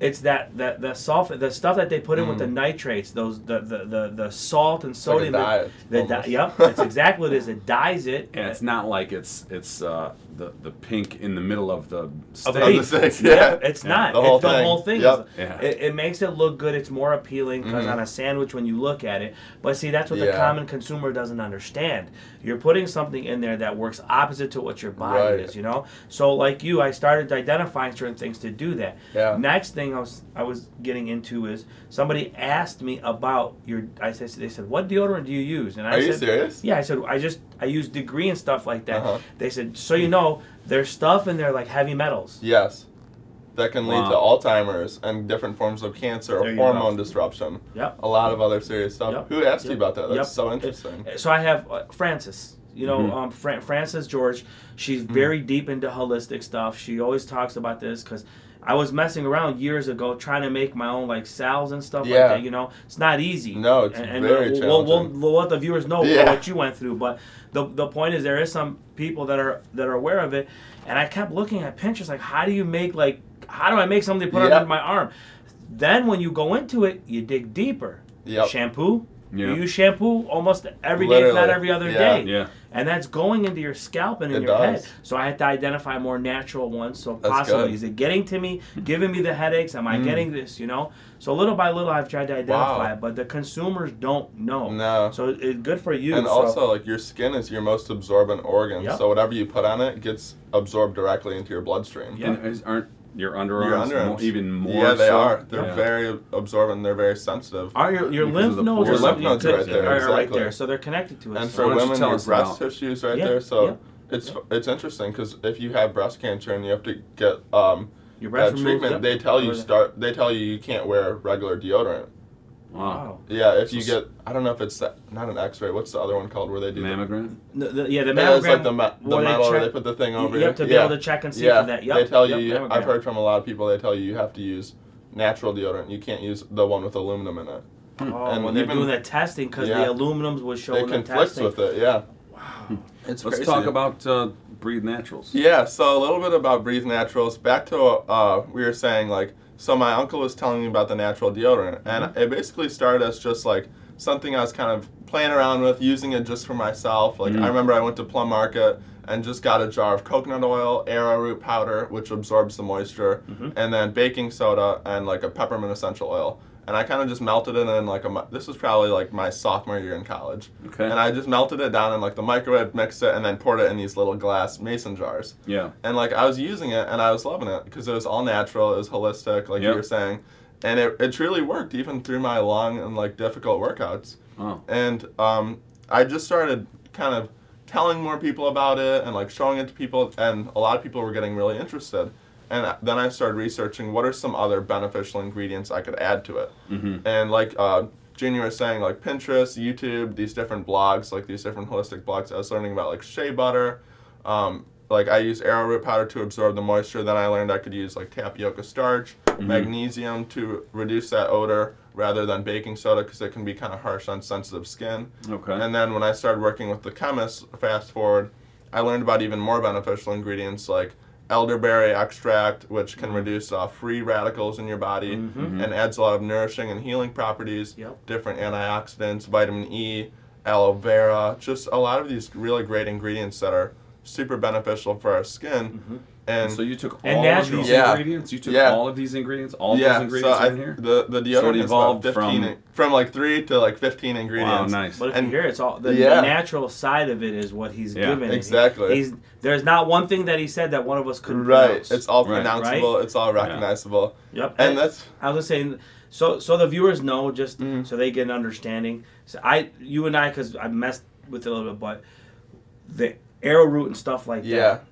Speaker 2: It's that that the sulf the stuff that they put in with
Speaker 1: Mm.
Speaker 2: the nitrates, those the the, the, the salt and
Speaker 3: like a
Speaker 2: sodium.
Speaker 3: diet,
Speaker 2: the di-
Speaker 3: almost.
Speaker 2: yep, that's exactly what it is. It dyes it.
Speaker 1: And it's not like it's it's uh, the the pink in the middle of the
Speaker 2: Of
Speaker 1: steak.
Speaker 2: the
Speaker 3: Of the
Speaker 2: beef.
Speaker 3: steak,
Speaker 2: yeah,
Speaker 3: yeah.
Speaker 2: it's not.
Speaker 3: The whole
Speaker 2: it's the
Speaker 3: thing.
Speaker 2: whole thing.
Speaker 3: Yep. Mm-hmm.
Speaker 1: Yeah.
Speaker 2: It, it makes it look good. It's more appealing because on a sandwich, when you look at it, but see, that's what the
Speaker 3: Yeah.
Speaker 2: common consumer doesn't understand. You're putting something in there that works opposite to what your body
Speaker 3: Right.
Speaker 2: is. You know. So, like you, I started identifying certain things to do that.
Speaker 3: Yeah.
Speaker 2: Next thing I was I was getting into is somebody asked me about your. I said they said what deodorant do you use? And I
Speaker 3: Are
Speaker 2: said,
Speaker 3: you serious?
Speaker 2: yeah, I said I just I use degree and stuff like that.
Speaker 3: Uh-huh.
Speaker 2: They said so you know there's stuff in there like heavy metals.
Speaker 3: Yes. That can lead to
Speaker 1: Wow.
Speaker 3: Alzheimer's and different forms of cancer
Speaker 2: There
Speaker 3: or
Speaker 2: you
Speaker 3: hormone disruption.
Speaker 2: Yep.
Speaker 3: A lot of other serious stuff.
Speaker 2: Yep.
Speaker 3: Who asked you
Speaker 2: Yep.
Speaker 3: about that? That's
Speaker 2: Yep.
Speaker 3: so interesting.
Speaker 2: So I have uh, Frances. You know,
Speaker 1: Mhm.
Speaker 3: Mm-hmm.
Speaker 2: um, Fran- Frances George. She's very deep into holistic stuff. She always talks about this because I was messing around years ago trying to make my own like salves and stuff
Speaker 3: Yeah.
Speaker 2: like that. You know, it's not easy.
Speaker 3: No, it's very
Speaker 2: we'll, we'll,
Speaker 3: challenging.
Speaker 2: we'll let the viewers know
Speaker 3: Yeah.
Speaker 2: what you went through. But the the point is, there is some people that are that are aware of it, and I kept looking at Pinterest like, how do you make like, how do I make something to put
Speaker 3: Yeah.
Speaker 2: under my arm? Then when you go into it, you dig deeper.
Speaker 3: Yep.
Speaker 2: Shampoo.
Speaker 1: Yeah.
Speaker 2: You use shampoo almost every day, if not
Speaker 3: Literally.
Speaker 2: every other
Speaker 3: Yeah.
Speaker 2: day.
Speaker 1: Yeah.
Speaker 2: And that's going into your scalp and in
Speaker 3: It
Speaker 2: your
Speaker 3: does.
Speaker 2: head. So I had to identify more natural ones. So
Speaker 3: That's
Speaker 2: possibly,
Speaker 3: good.
Speaker 2: is it getting to me, giving me the headaches? Am I
Speaker 3: Mm.
Speaker 2: getting this? You know. So little by little, I've tried to identify
Speaker 3: Wow.
Speaker 2: it, but the consumers don't know.
Speaker 3: No.
Speaker 2: So it's good for you.
Speaker 3: and
Speaker 2: so-
Speaker 3: also, like your skin is your most absorbent organ,
Speaker 2: Yep.
Speaker 3: so whatever you put on it gets absorbed directly into your bloodstream.
Speaker 2: Yeah.
Speaker 1: And is- aren't your underarms,
Speaker 3: Your underarms,
Speaker 1: More, even more?
Speaker 3: Yeah, they
Speaker 1: so?
Speaker 3: are. They're
Speaker 1: Yeah.
Speaker 3: very absorbent. They're very sensitive.
Speaker 2: are your, your
Speaker 1: Because
Speaker 2: lymph
Speaker 1: of the
Speaker 2: nodes?
Speaker 1: pores. Your
Speaker 2: are
Speaker 1: lymph
Speaker 2: something
Speaker 1: nodes are
Speaker 2: to-
Speaker 1: right there,
Speaker 2: Are, right
Speaker 3: exactly.
Speaker 2: there. So they're connected to us.
Speaker 3: And
Speaker 2: so-
Speaker 3: for
Speaker 1: why don't you
Speaker 3: women,
Speaker 1: tell
Speaker 3: your
Speaker 1: us
Speaker 3: breast
Speaker 1: about-
Speaker 3: tissues right
Speaker 2: Yeah,
Speaker 3: there. So
Speaker 2: yeah,
Speaker 3: it's it's interesting because if you have breast cancer and you have to get um,
Speaker 2: your breast
Speaker 3: that
Speaker 2: removed,
Speaker 3: treatment,
Speaker 2: yep.
Speaker 3: they tell you
Speaker 2: Or-
Speaker 3: start. They tell you you can't wear regular deodorant.
Speaker 1: Wow.
Speaker 2: Wow.
Speaker 3: Yeah, if you
Speaker 1: So
Speaker 3: get, I don't know if it's that, not an X-ray. What's the other one called where they do? the-
Speaker 1: Mammogram.
Speaker 2: No, the- yeah, the
Speaker 3: Yeah, it's
Speaker 2: mammogram.
Speaker 3: like the, ma- the
Speaker 2: where they
Speaker 3: metal where
Speaker 2: check-
Speaker 3: they put the thing over.
Speaker 2: you
Speaker 3: your-
Speaker 2: have to be
Speaker 3: yeah.
Speaker 2: able to check and see
Speaker 3: yeah,
Speaker 2: for that. Yep,
Speaker 3: they tell
Speaker 2: yep,
Speaker 3: you.
Speaker 2: mammogram.
Speaker 3: I've heard from a lot of people. They tell you you have to use natural deodorant. You can't use the one with aluminum in it.
Speaker 2: Oh,
Speaker 3: And
Speaker 2: well, they're
Speaker 3: even-
Speaker 2: doing that testing because
Speaker 3: Yeah.
Speaker 2: the aluminums was
Speaker 3: It
Speaker 2: showing the
Speaker 3: conflicts
Speaker 2: testing.
Speaker 3: with it. Yeah.
Speaker 2: Wow.
Speaker 3: It's
Speaker 1: Let's talk about uh, breed naturals.
Speaker 3: Yeah, so a little bit about Breathe Naturals. Back to uh, we were saying like, so my uncle was telling me about the natural deodorant,
Speaker 1: Mm-hmm.
Speaker 3: and it basically started as just like something I was kind of playing around with, using it just for myself. Like
Speaker 1: Mhm.
Speaker 3: I remember I went to Plum Market and just got a jar of coconut oil, arrowroot powder, which absorbs the moisture,
Speaker 1: Mm-hmm.
Speaker 2: Mhm.
Speaker 3: and then baking soda and like a peppermint essential oil. And I kind of just melted it in like a. mi- This was probably like my sophomore year in college.
Speaker 1: Okay.
Speaker 3: And I just melted it down in like the microwave, mixed it, and then poured it in these little glass mason jars.
Speaker 1: yeah.
Speaker 3: And like I was using it and I was loving it because it was all natural, it was holistic, like
Speaker 1: Yep.
Speaker 3: you were saying. And it, it truly worked even through my long and like difficult workouts.
Speaker 1: Wow.
Speaker 3: And um, I just started kind of telling more people about it and like showing it to people, and a lot of people were getting really interested. And uh, then I started researching what are some other beneficial ingredients I could add to it.
Speaker 1: Mm-hmm.
Speaker 3: And like uh, Junior was saying, like Pinterest, YouTube, these different blogs, like these different holistic blogs. I was learning about like shea butter. Um, like I use arrowroot powder to absorb the moisture. Then I learned I could use like tapioca starch, magnesium to reduce that odor rather than baking soda because it can be kind of harsh on sensitive skin.
Speaker 1: Okay.
Speaker 3: And then when I started working with the chemist, fast forward, I learned about even more beneficial ingredients like elderberry extract, which can reduce uh, free radicals in your body
Speaker 1: Mm-hmm.
Speaker 2: Mhm.
Speaker 1: Mm.
Speaker 3: and adds a lot of nourishing and healing properties,
Speaker 2: Yep.
Speaker 3: different antioxidants, vitamin E, aloe vera, just a lot of these really great ingredients that are super beneficial for our skin. And
Speaker 1: so you took
Speaker 2: And
Speaker 1: all of
Speaker 2: natural.
Speaker 1: these
Speaker 3: Yeah.
Speaker 1: ingredients. You took
Speaker 3: Yeah.
Speaker 1: all of these ingredients. All
Speaker 3: yeah,
Speaker 1: those ingredients
Speaker 3: so I,
Speaker 1: in here.
Speaker 3: the the deodorant
Speaker 1: So it
Speaker 3: is
Speaker 1: evolved
Speaker 3: about 15
Speaker 1: from-
Speaker 3: in- from like three to like 15 ingredients.
Speaker 1: Wow, nice.
Speaker 2: But if
Speaker 3: And-
Speaker 2: you hear, it's all the, the
Speaker 3: Yeah.
Speaker 2: natural side of it is what he's
Speaker 1: Yeah.
Speaker 2: given.
Speaker 3: Exactly.
Speaker 2: He's there's not one thing that he said that one of us couldn't
Speaker 3: Right.
Speaker 2: pronounce.
Speaker 3: It's all
Speaker 1: Right.
Speaker 3: pronounceable. It's all recognizable.
Speaker 2: yep.
Speaker 3: And that's
Speaker 2: I was gonna say, so so the viewers know just
Speaker 3: Mhm.
Speaker 2: so they get an understanding. So I, you and I, because I messed with it a little bit, but the arrowroot and stuff like
Speaker 3: yeah,
Speaker 2: that.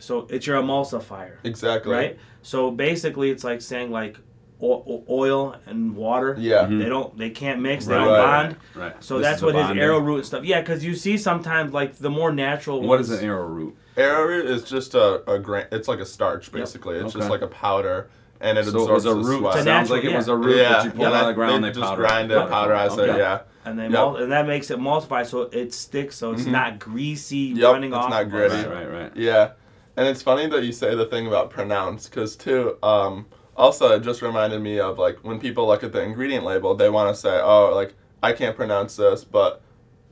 Speaker 2: So it's your emulsifier,
Speaker 3: exactly.
Speaker 2: right? So basically, it's like saying like o- o- oil and water.
Speaker 3: Yeah.
Speaker 1: Mhm.
Speaker 2: They don't, they can't mix, they
Speaker 1: Right.
Speaker 2: don't bond.
Speaker 1: Right.
Speaker 2: So
Speaker 1: This
Speaker 2: that's
Speaker 1: is a
Speaker 2: what his
Speaker 1: bonding.
Speaker 2: arrowroot and stuff. Yeah, because you see sometimes like the more natural.
Speaker 1: What is
Speaker 2: ones-
Speaker 1: an arrowroot?
Speaker 3: Arrowroot is just a, a grain. It's like a starch basically. It's just
Speaker 1: Okay.
Speaker 3: like a powder, and it
Speaker 1: So it
Speaker 3: absorbs
Speaker 1: was a
Speaker 3: the
Speaker 1: root.
Speaker 3: sweat.
Speaker 1: Sounds
Speaker 2: natural-
Speaker 1: like it was
Speaker 2: yeah.
Speaker 1: a root
Speaker 3: yeah,
Speaker 1: that you pulled
Speaker 3: yeah,
Speaker 1: out of the ground.
Speaker 3: They,
Speaker 1: and they
Speaker 3: just
Speaker 1: powder
Speaker 3: grind it, powderize it.
Speaker 1: Okay.
Speaker 3: Yeah,
Speaker 2: and they
Speaker 3: Yep.
Speaker 2: mul- and that makes it multiply, so it sticks, so it's not greasy
Speaker 3: Yep,
Speaker 2: running
Speaker 3: it's
Speaker 2: off.
Speaker 3: not
Speaker 2: of us.
Speaker 3: gritty.
Speaker 1: Right, right, right.
Speaker 3: yeah. And it's funny that you say the thing about pronounce because too. Um, also, it just reminded me of like when people look at the ingredient label, they want to say, "Oh, like I can't pronounce this," but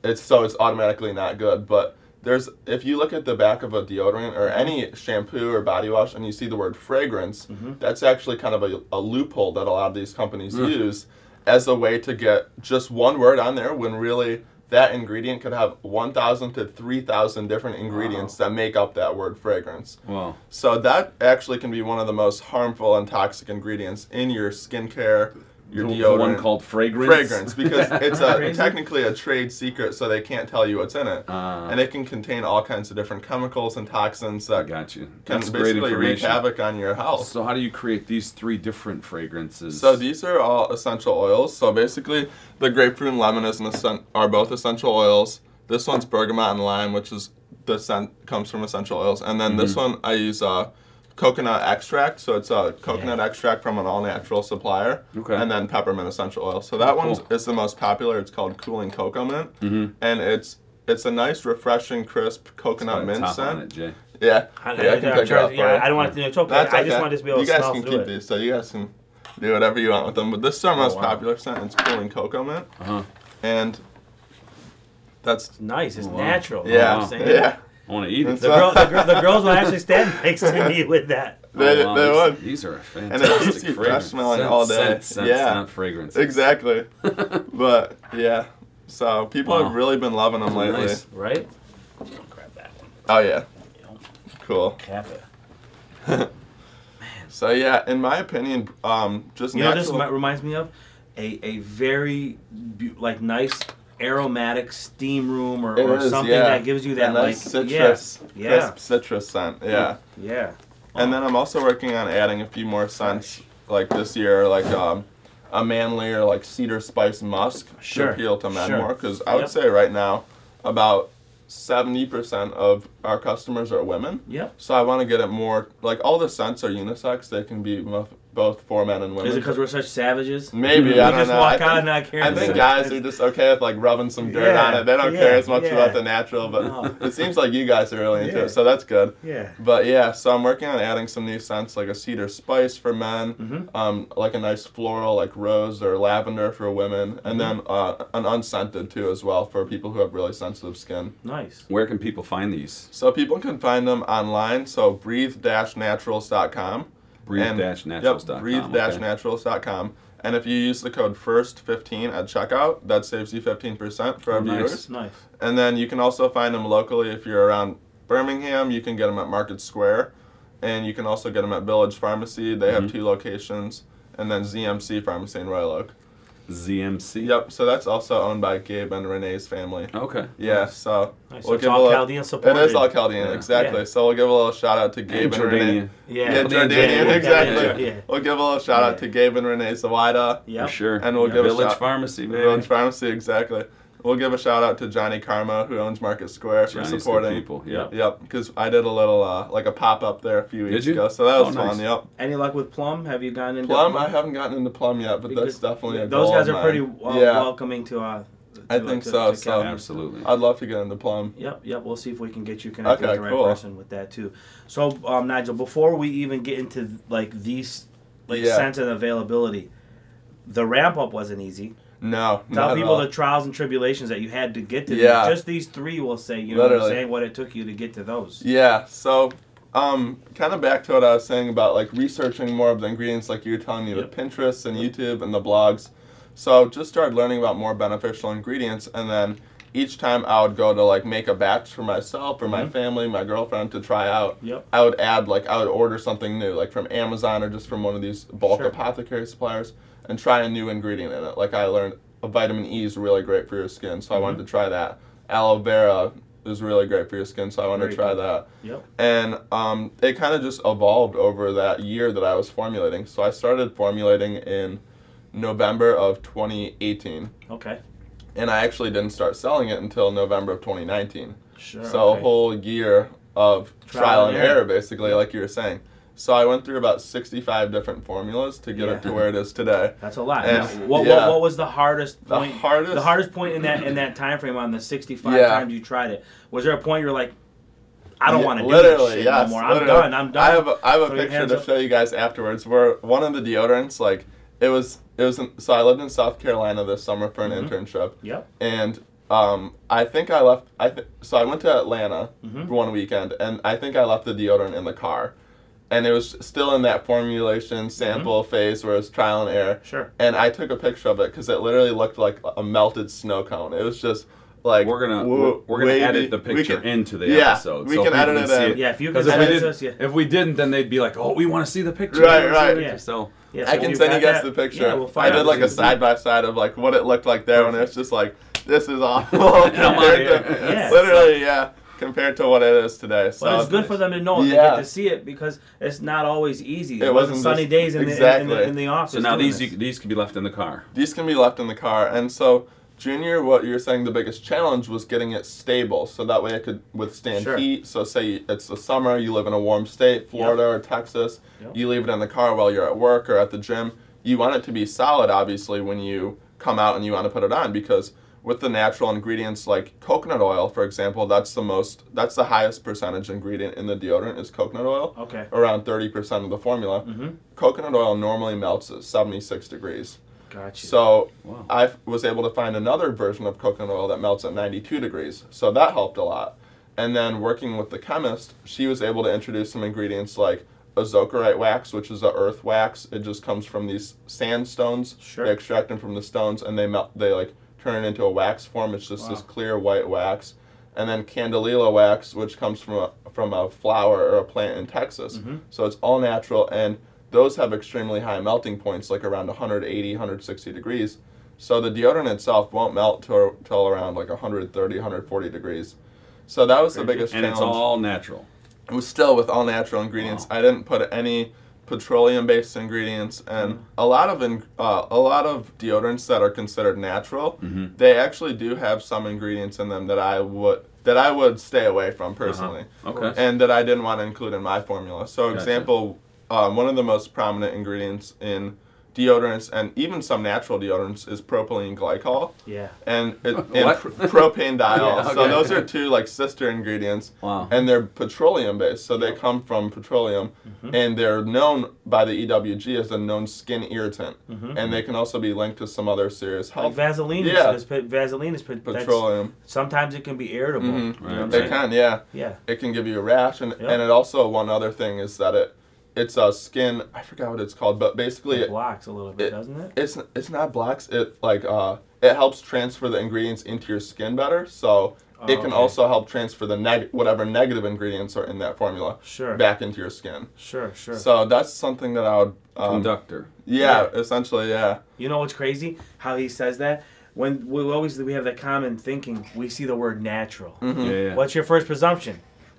Speaker 3: it's so it's automatically not good. But there's if you look at the back of a deodorant or any shampoo or body wash and you see the word fragrance, that's actually kind of a, a loophole that a lot of these companies
Speaker 1: Mm.
Speaker 3: use as a way to get just one word on there when really that ingredient could have 1,000 to 3,000 different ingredients that make up that word fragrance.
Speaker 1: Wow.
Speaker 3: So that actually can be one of the most harmful and toxic ingredients in your skincare, your
Speaker 1: The-
Speaker 3: deodorant
Speaker 1: The one called fragrance.
Speaker 3: fragrance because it's a,
Speaker 2: Crazy.
Speaker 3: technically a trade secret, so they can't tell you what's in it,
Speaker 1: Ah.
Speaker 3: and it can contain all kinds of different chemicals and toxins
Speaker 1: I
Speaker 3: that can
Speaker 1: Ah, got you. That's great
Speaker 3: basically wreak
Speaker 1: information.
Speaker 3: havoc on your health.
Speaker 1: So how do you create these three different fragrances?
Speaker 3: So these are all essential oils. So basically, the grapefruit and lemon is an essen- are both essential oils. This one's bergamot and lime, which is the scent comes from essential oils, and then this
Speaker 1: Mm-hmm.
Speaker 3: one I use uh, coconut extract. So it's a coconut extract from an all natural supplier,
Speaker 1: Okay.
Speaker 3: and then peppermint essential oil. So that one's is the most popular. It's called Cooling Cocoa Mint,
Speaker 1: Mm-hmm.
Speaker 3: and it's it's a nice, refreshing, crisp coconut
Speaker 1: Put a
Speaker 3: mint
Speaker 1: top on it,
Speaker 3: scent.
Speaker 1: Jay.
Speaker 3: Yeah,
Speaker 2: I,
Speaker 3: yeah,
Speaker 2: I,
Speaker 3: can pick it up
Speaker 2: I,
Speaker 3: for
Speaker 2: yeah,
Speaker 3: you.
Speaker 2: I don't want it to choke.
Speaker 3: That's
Speaker 2: I just
Speaker 3: okay.
Speaker 2: want to be able
Speaker 3: You
Speaker 2: to
Speaker 3: guys
Speaker 2: smell
Speaker 3: can
Speaker 2: through
Speaker 3: keep
Speaker 2: it. Oh,
Speaker 3: these, so you guys can do whatever you want with them. But this is our most
Speaker 2: wow.
Speaker 3: popular scent. It's cooling cocoa mint,
Speaker 1: Uh-huh.
Speaker 3: and that's
Speaker 2: It's nice. It's
Speaker 1: Wow.
Speaker 2: natural. you know
Speaker 3: yeah,
Speaker 2: what I'm saying?
Speaker 3: yeah.
Speaker 1: I want to eat it. Oh,
Speaker 3: That's
Speaker 2: The, girl, the, girl, the girls will actually stand next to me with that.
Speaker 3: They,
Speaker 1: wow,
Speaker 3: they
Speaker 1: these,
Speaker 3: would
Speaker 1: These are
Speaker 3: it keeps
Speaker 1: fantastic
Speaker 3: you
Speaker 1: fragrances.
Speaker 3: smelling
Speaker 1: Scent,
Speaker 3: all day.
Speaker 1: Scent, scent,
Speaker 3: Yeah.
Speaker 1: not fragrance.
Speaker 3: exactly, but yeah. So people
Speaker 1: Wow.
Speaker 3: have really been loving them lately.
Speaker 1: Nice.
Speaker 2: Right? Grab that one.
Speaker 3: Oh yeah,
Speaker 2: You know,
Speaker 3: cool.
Speaker 2: cap it.
Speaker 3: So yeah, in my opinion, um, just
Speaker 2: You know, this
Speaker 3: natural-
Speaker 2: mi- reminds me of a a very bu- like nice aromatic steam room or,
Speaker 3: It
Speaker 2: or
Speaker 3: is,
Speaker 2: something
Speaker 3: yeah.
Speaker 2: that gives you that
Speaker 3: a nice
Speaker 2: like
Speaker 3: citrus,
Speaker 2: yeah,
Speaker 3: crisp citrus scent. Yeah.
Speaker 2: yeah, yeah.
Speaker 3: And then I'm also working on adding a few more scents like this year, like um, a manly or like cedar spice musk
Speaker 2: Sure,
Speaker 3: to appeal to men
Speaker 2: sure.
Speaker 3: more. Because I would
Speaker 2: Yep.
Speaker 3: say right now, about 70% of our customers are women.
Speaker 2: Yep.
Speaker 3: So I want to get it more like all the scents are unisex. They can be mo- both for men and women.
Speaker 2: Is it because we're such savages?
Speaker 3: Maybe
Speaker 2: we
Speaker 3: I don't
Speaker 2: just
Speaker 3: know.
Speaker 2: walk
Speaker 3: I think,
Speaker 2: out not caring.
Speaker 3: I think guys are just okay with like rubbing some dirt
Speaker 2: Yeah,
Speaker 3: on it. They don't
Speaker 2: yeah,
Speaker 3: care as much
Speaker 2: yeah.
Speaker 3: about the natural, but
Speaker 2: No.
Speaker 3: it seems like you guys are really into
Speaker 2: Yeah.
Speaker 3: it, so that's good.
Speaker 2: yeah.
Speaker 3: But yeah, so I'm working on adding some new scents like a cedar spice for men,
Speaker 2: Mm-hmm.
Speaker 3: um, like a nice floral like rose or lavender for women,
Speaker 1: Mm-hmm.
Speaker 3: and then uh, an unscented too as well for people who have really sensitive skin.
Speaker 2: Nice.
Speaker 1: Where can people find these?
Speaker 3: So people can find them online. So breathe-naturals.com. And-
Speaker 1: Breathe-naturals.com.
Speaker 3: Yep, breathe
Speaker 1: okay.
Speaker 3: naturals.com. And if you use the code FIRST15 at checkout, that saves you 15% for our
Speaker 1: Nice.
Speaker 3: viewers.
Speaker 2: Nice.
Speaker 3: And then you can also find them locally if you're around Birmingham. You can get them at Market Square, and you can also get them at Village Pharmacy. They have
Speaker 2: Mm-hmm.
Speaker 3: two locations, and then ZMC Pharmacy in Royal Oak.
Speaker 1: ZMC.
Speaker 3: Yep. So that's also owned by Gabe and Renee's family.
Speaker 1: Okay.
Speaker 3: Yeah. So
Speaker 2: Nice. So
Speaker 3: we'll
Speaker 2: it's
Speaker 3: give a
Speaker 2: all
Speaker 3: little-
Speaker 2: Chaldean supported.
Speaker 3: It is all Chaldean,
Speaker 1: Yeah.
Speaker 3: exactly.
Speaker 2: Yeah.
Speaker 3: So we'll give a little shout out to
Speaker 1: And
Speaker 3: Gabe and,
Speaker 1: Jordania.
Speaker 3: Renee.
Speaker 2: Yeah.
Speaker 3: Yeah,
Speaker 1: Jordanian,
Speaker 3: Jordanian,
Speaker 1: yeah,
Speaker 3: exactly.
Speaker 2: Yeah. yeah.
Speaker 3: We'll give a little shout out
Speaker 2: Yeah.
Speaker 3: to Gabe and Renee Zawida.
Speaker 2: Yep.
Speaker 1: For sure.
Speaker 3: And we'll
Speaker 2: Yeah.
Speaker 3: give a
Speaker 1: Village
Speaker 3: shout-
Speaker 1: Pharmacy, baby.
Speaker 3: Village Pharmacy, exactly. We'll give a shout out to Johnny Karma, who owns Market Square,
Speaker 1: Johnny's
Speaker 3: for
Speaker 1: good
Speaker 3: supporting.
Speaker 1: people. Yep.
Speaker 3: Yep, because I did a little uh, like a pop up there a few
Speaker 1: Did
Speaker 3: weeks
Speaker 1: you?
Speaker 3: ago, so that
Speaker 1: Oh,
Speaker 3: was
Speaker 1: nice.
Speaker 3: fun. Yep.
Speaker 2: Any luck with Plum? Have you gotten into
Speaker 3: Plum, I haven't gotten into plum yet, but
Speaker 2: Because
Speaker 3: that's definitely a
Speaker 2: Those
Speaker 3: goal
Speaker 2: guys
Speaker 3: of
Speaker 2: are pretty
Speaker 3: mine.
Speaker 2: wel- welcoming to. Uh, to
Speaker 3: I think
Speaker 2: to-
Speaker 3: so,
Speaker 2: to
Speaker 3: so-
Speaker 2: Cali.
Speaker 1: Absolutely.
Speaker 3: I'd love to get into plum.
Speaker 2: Yep, yep. We'll see if we can get you connected
Speaker 3: Okay,
Speaker 2: with the right
Speaker 3: cool.
Speaker 2: person with that too. So, um, Nigel, before we even get into like these, like
Speaker 3: Yeah.
Speaker 2: scent and availability, the ramp up wasn't easy.
Speaker 3: No, not
Speaker 2: Tell
Speaker 3: at
Speaker 2: people
Speaker 3: all.
Speaker 2: the trials and tribulations that you had to get to.
Speaker 3: Yeah.
Speaker 2: These. Just these three will say, you know, what I'm
Speaker 3: Literally.
Speaker 2: saying what it took you to get to those.
Speaker 3: Yeah, so Um, kind of back to what I was saying about like researching more of the ingredients, like you were telling me with Pinterest and YouTube and the blogs. So just started learning about more beneficial ingredients, and then each time I would go to like make a batch for myself or my
Speaker 2: Mhm.
Speaker 3: family, my girlfriend to try out.
Speaker 2: Yep.
Speaker 3: I would add like I would order something new, like from Amazon or just from one of these bulk
Speaker 2: Sure.
Speaker 3: apothecary suppliers, and try a new ingredient in it. Like I learned a vitamin E is really great for your skin, so I wanted to
Speaker 2: Mm-hmm.
Speaker 3: try that. Aloe vera is really great for your skin, so I wanted
Speaker 2: Very
Speaker 3: to try
Speaker 2: good.
Speaker 3: that
Speaker 2: Yep.
Speaker 3: and um, it kind of just evolved over that year that I was formulating. So I started formulating in November of 2018,
Speaker 2: Okay.
Speaker 3: and I actually didn't start selling it until November of 2019.
Speaker 2: Sure.
Speaker 3: so a
Speaker 2: okay.
Speaker 3: whole year of trial, and error, basically,
Speaker 2: Yeah.
Speaker 3: like you were saying. So I went through about 65 different formulas to get
Speaker 2: Yeah.
Speaker 3: it to where it is today.
Speaker 2: That's a lot.
Speaker 3: And-
Speaker 2: Now, what,
Speaker 3: yeah.
Speaker 2: what, what was the hardest
Speaker 3: The
Speaker 2: point?
Speaker 3: hardest-
Speaker 2: the hardest point in that in that time frame on the sixty five
Speaker 3: Yeah.
Speaker 2: times you tried it. Was there a point you're like, I don't
Speaker 3: Yeah,
Speaker 2: want to do
Speaker 3: literally,
Speaker 2: this shit
Speaker 3: yes,
Speaker 2: no more. I'm
Speaker 3: literally.
Speaker 2: done. I'm done.
Speaker 3: I have a, I have a
Speaker 2: Throw your
Speaker 3: picture
Speaker 2: hands
Speaker 3: to
Speaker 2: up.
Speaker 3: show you guys afterwards. Where one of the deodorants, like it was, it was. In, so I lived in South Carolina this summer for an
Speaker 2: Mhm.
Speaker 3: internship,
Speaker 2: Yep.
Speaker 3: and um, I think I left. I th- so I went to Atlanta
Speaker 2: Mhm.
Speaker 3: for one weekend, and I think I left the deodorant in the car, and it was still in that formulation sample
Speaker 2: Mm-hmm.
Speaker 3: phase where it's trial and error.
Speaker 2: Sure.
Speaker 3: And I took a picture of it because it literally looked like a melted snow cone. It was just like
Speaker 1: we're gonna
Speaker 3: w-
Speaker 1: we're, we're gonna
Speaker 3: wavy.
Speaker 1: edit the
Speaker 3: We
Speaker 1: picture
Speaker 3: can-
Speaker 1: into the
Speaker 3: yeah,
Speaker 1: episode.
Speaker 3: we
Speaker 1: so
Speaker 3: can
Speaker 1: people
Speaker 3: edit it
Speaker 1: see
Speaker 3: in.
Speaker 2: Yeah. If you
Speaker 1: Because
Speaker 2: can
Speaker 1: if we,
Speaker 2: edit us, yeah.
Speaker 1: didn't, if we didn't, then they'd be like, "Oh, we want to see the picture."
Speaker 3: Right,
Speaker 1: We wanna see
Speaker 3: right.
Speaker 1: the picture.
Speaker 2: Yeah.
Speaker 1: So
Speaker 2: yeah so
Speaker 3: I
Speaker 2: if
Speaker 3: can
Speaker 2: you've
Speaker 3: send you
Speaker 2: got
Speaker 3: guys
Speaker 2: that-
Speaker 3: the picture.
Speaker 2: Yeah, we'll
Speaker 3: I
Speaker 2: find
Speaker 3: did
Speaker 2: out.
Speaker 3: like a
Speaker 2: Let's see.
Speaker 3: side by side of like what it looked like there, and it's just like this is awful compared to
Speaker 2: Yeah.
Speaker 3: literally, yeah, compared to what it is today. So
Speaker 2: But it's good for them to know and they
Speaker 3: Yeah.
Speaker 2: get to see it because it's not always easy. It,
Speaker 3: It
Speaker 2: wasn't,
Speaker 3: wasn't
Speaker 2: sunny
Speaker 3: just-
Speaker 2: days in, the, in, the,
Speaker 3: exactly.
Speaker 2: in the office.
Speaker 1: so now
Speaker 2: doing
Speaker 1: these
Speaker 2: this.
Speaker 1: you, these can be left in the car.
Speaker 3: These can be left in the car, and so Junior, what you're saying, the biggest challenge was getting it stable, so that way it could withstand
Speaker 2: Sure.
Speaker 3: heat. So say it's the summer, you live in a warm state, Florida or Texas,
Speaker 2: Yep.
Speaker 3: you leave it in the car while you're at work or at the gym. You want it to be solid, obviously, when you come out and you want to put it on, because with the natural ingredients like coconut oil, for example, that's the most, that's the highest percentage ingredient in the deodorant is coconut oil,
Speaker 2: okay.
Speaker 3: around 30% of the formula.
Speaker 2: Mhm.
Speaker 3: Coconut oil normally melts at 76 degrees.
Speaker 2: Gotcha.
Speaker 3: So
Speaker 1: Wow.
Speaker 3: I f- was able to find another version of coconut oil that melts at 92 degrees. So that helped a lot. And then working with the chemist, she was able to introduce some ingredients like azokarite wax, which is a earth wax. It just comes from these sandstones.
Speaker 2: Sure.
Speaker 3: They extract them from the stones and they melt. They like turn it into a wax form. It's just this
Speaker 2: Wow.
Speaker 3: clear white wax. And then candelilla wax, which comes from a, from a flower or a plant in Texas.
Speaker 2: Mhm.
Speaker 3: So it's all natural and those have extremely high melting points, like around 180, 160 degrees. So the deodorant itself won't melt till, till around like 130, 140 degrees. So that was the
Speaker 2: Crazy.
Speaker 3: biggest
Speaker 1: and
Speaker 3: challenge.
Speaker 1: it's all natural.
Speaker 3: it was still with all natural ingredients. I didn't put any petroleum-based ingredients, and
Speaker 1: Mm.
Speaker 3: a lot of in, uh, a lot of deodorants that are considered natural,
Speaker 1: Mhm.
Speaker 3: they actually do have some ingredients in them that I would that I would stay away from
Speaker 1: Uh-huh.
Speaker 3: personally
Speaker 1: Okay.
Speaker 3: and that I didn't want to include in my formula. So,
Speaker 1: Gotcha.
Speaker 3: example, um, one of the most prominent ingredients in deodorants and even some natural deodorants is propylene glycol
Speaker 2: yeah.
Speaker 3: and, it, and
Speaker 1: What?
Speaker 3: pr- propane diol.
Speaker 1: Yeah,
Speaker 3: So
Speaker 1: okay.
Speaker 3: those are two like sister ingredients,
Speaker 1: Wow.
Speaker 3: and they're petroleum based. So they come from petroleum,
Speaker 1: Mm-hmm.
Speaker 3: and they're known by the EWG as a known skin irritant,
Speaker 2: Mhm.
Speaker 1: Mm-hmm.
Speaker 3: and they can also be linked to some other serious
Speaker 2: Like
Speaker 3: health
Speaker 2: Vaseline.
Speaker 3: Mm-hmm. Yeah.
Speaker 2: Is, is, Vaseline is put- that's-
Speaker 3: petroleum.
Speaker 2: Sometimes it can be irritable.
Speaker 3: Mhm.
Speaker 2: You know what I'm
Speaker 1: Right.
Speaker 3: They
Speaker 2: saying?
Speaker 3: can, yeah
Speaker 2: Yeah.
Speaker 3: it can give you a rash and,
Speaker 2: Yeah.
Speaker 3: and it also one other thing is that it it's a skin i forgot what it's called but basically
Speaker 2: It
Speaker 3: it,
Speaker 2: blocks a little bit,
Speaker 3: it-
Speaker 2: doesn't it?
Speaker 3: it's it's not blacks it like uh it helps transfer the ingredients into your skin better so
Speaker 2: Oh,
Speaker 3: it can
Speaker 2: okay.
Speaker 3: also help transfer the neg- whatever negative ingredients are in that formula
Speaker 2: Sure.
Speaker 3: back into your skin
Speaker 2: Sure, sure.
Speaker 3: so that's something that i would um,
Speaker 1: Conductor.
Speaker 3: yeah, essentially yeah
Speaker 2: You know what's crazy? How he says that? When we always we have that common thinking, we see the word natural.
Speaker 3: Mm-hmm.
Speaker 1: Yeah. yeah.
Speaker 2: What's your first presumption?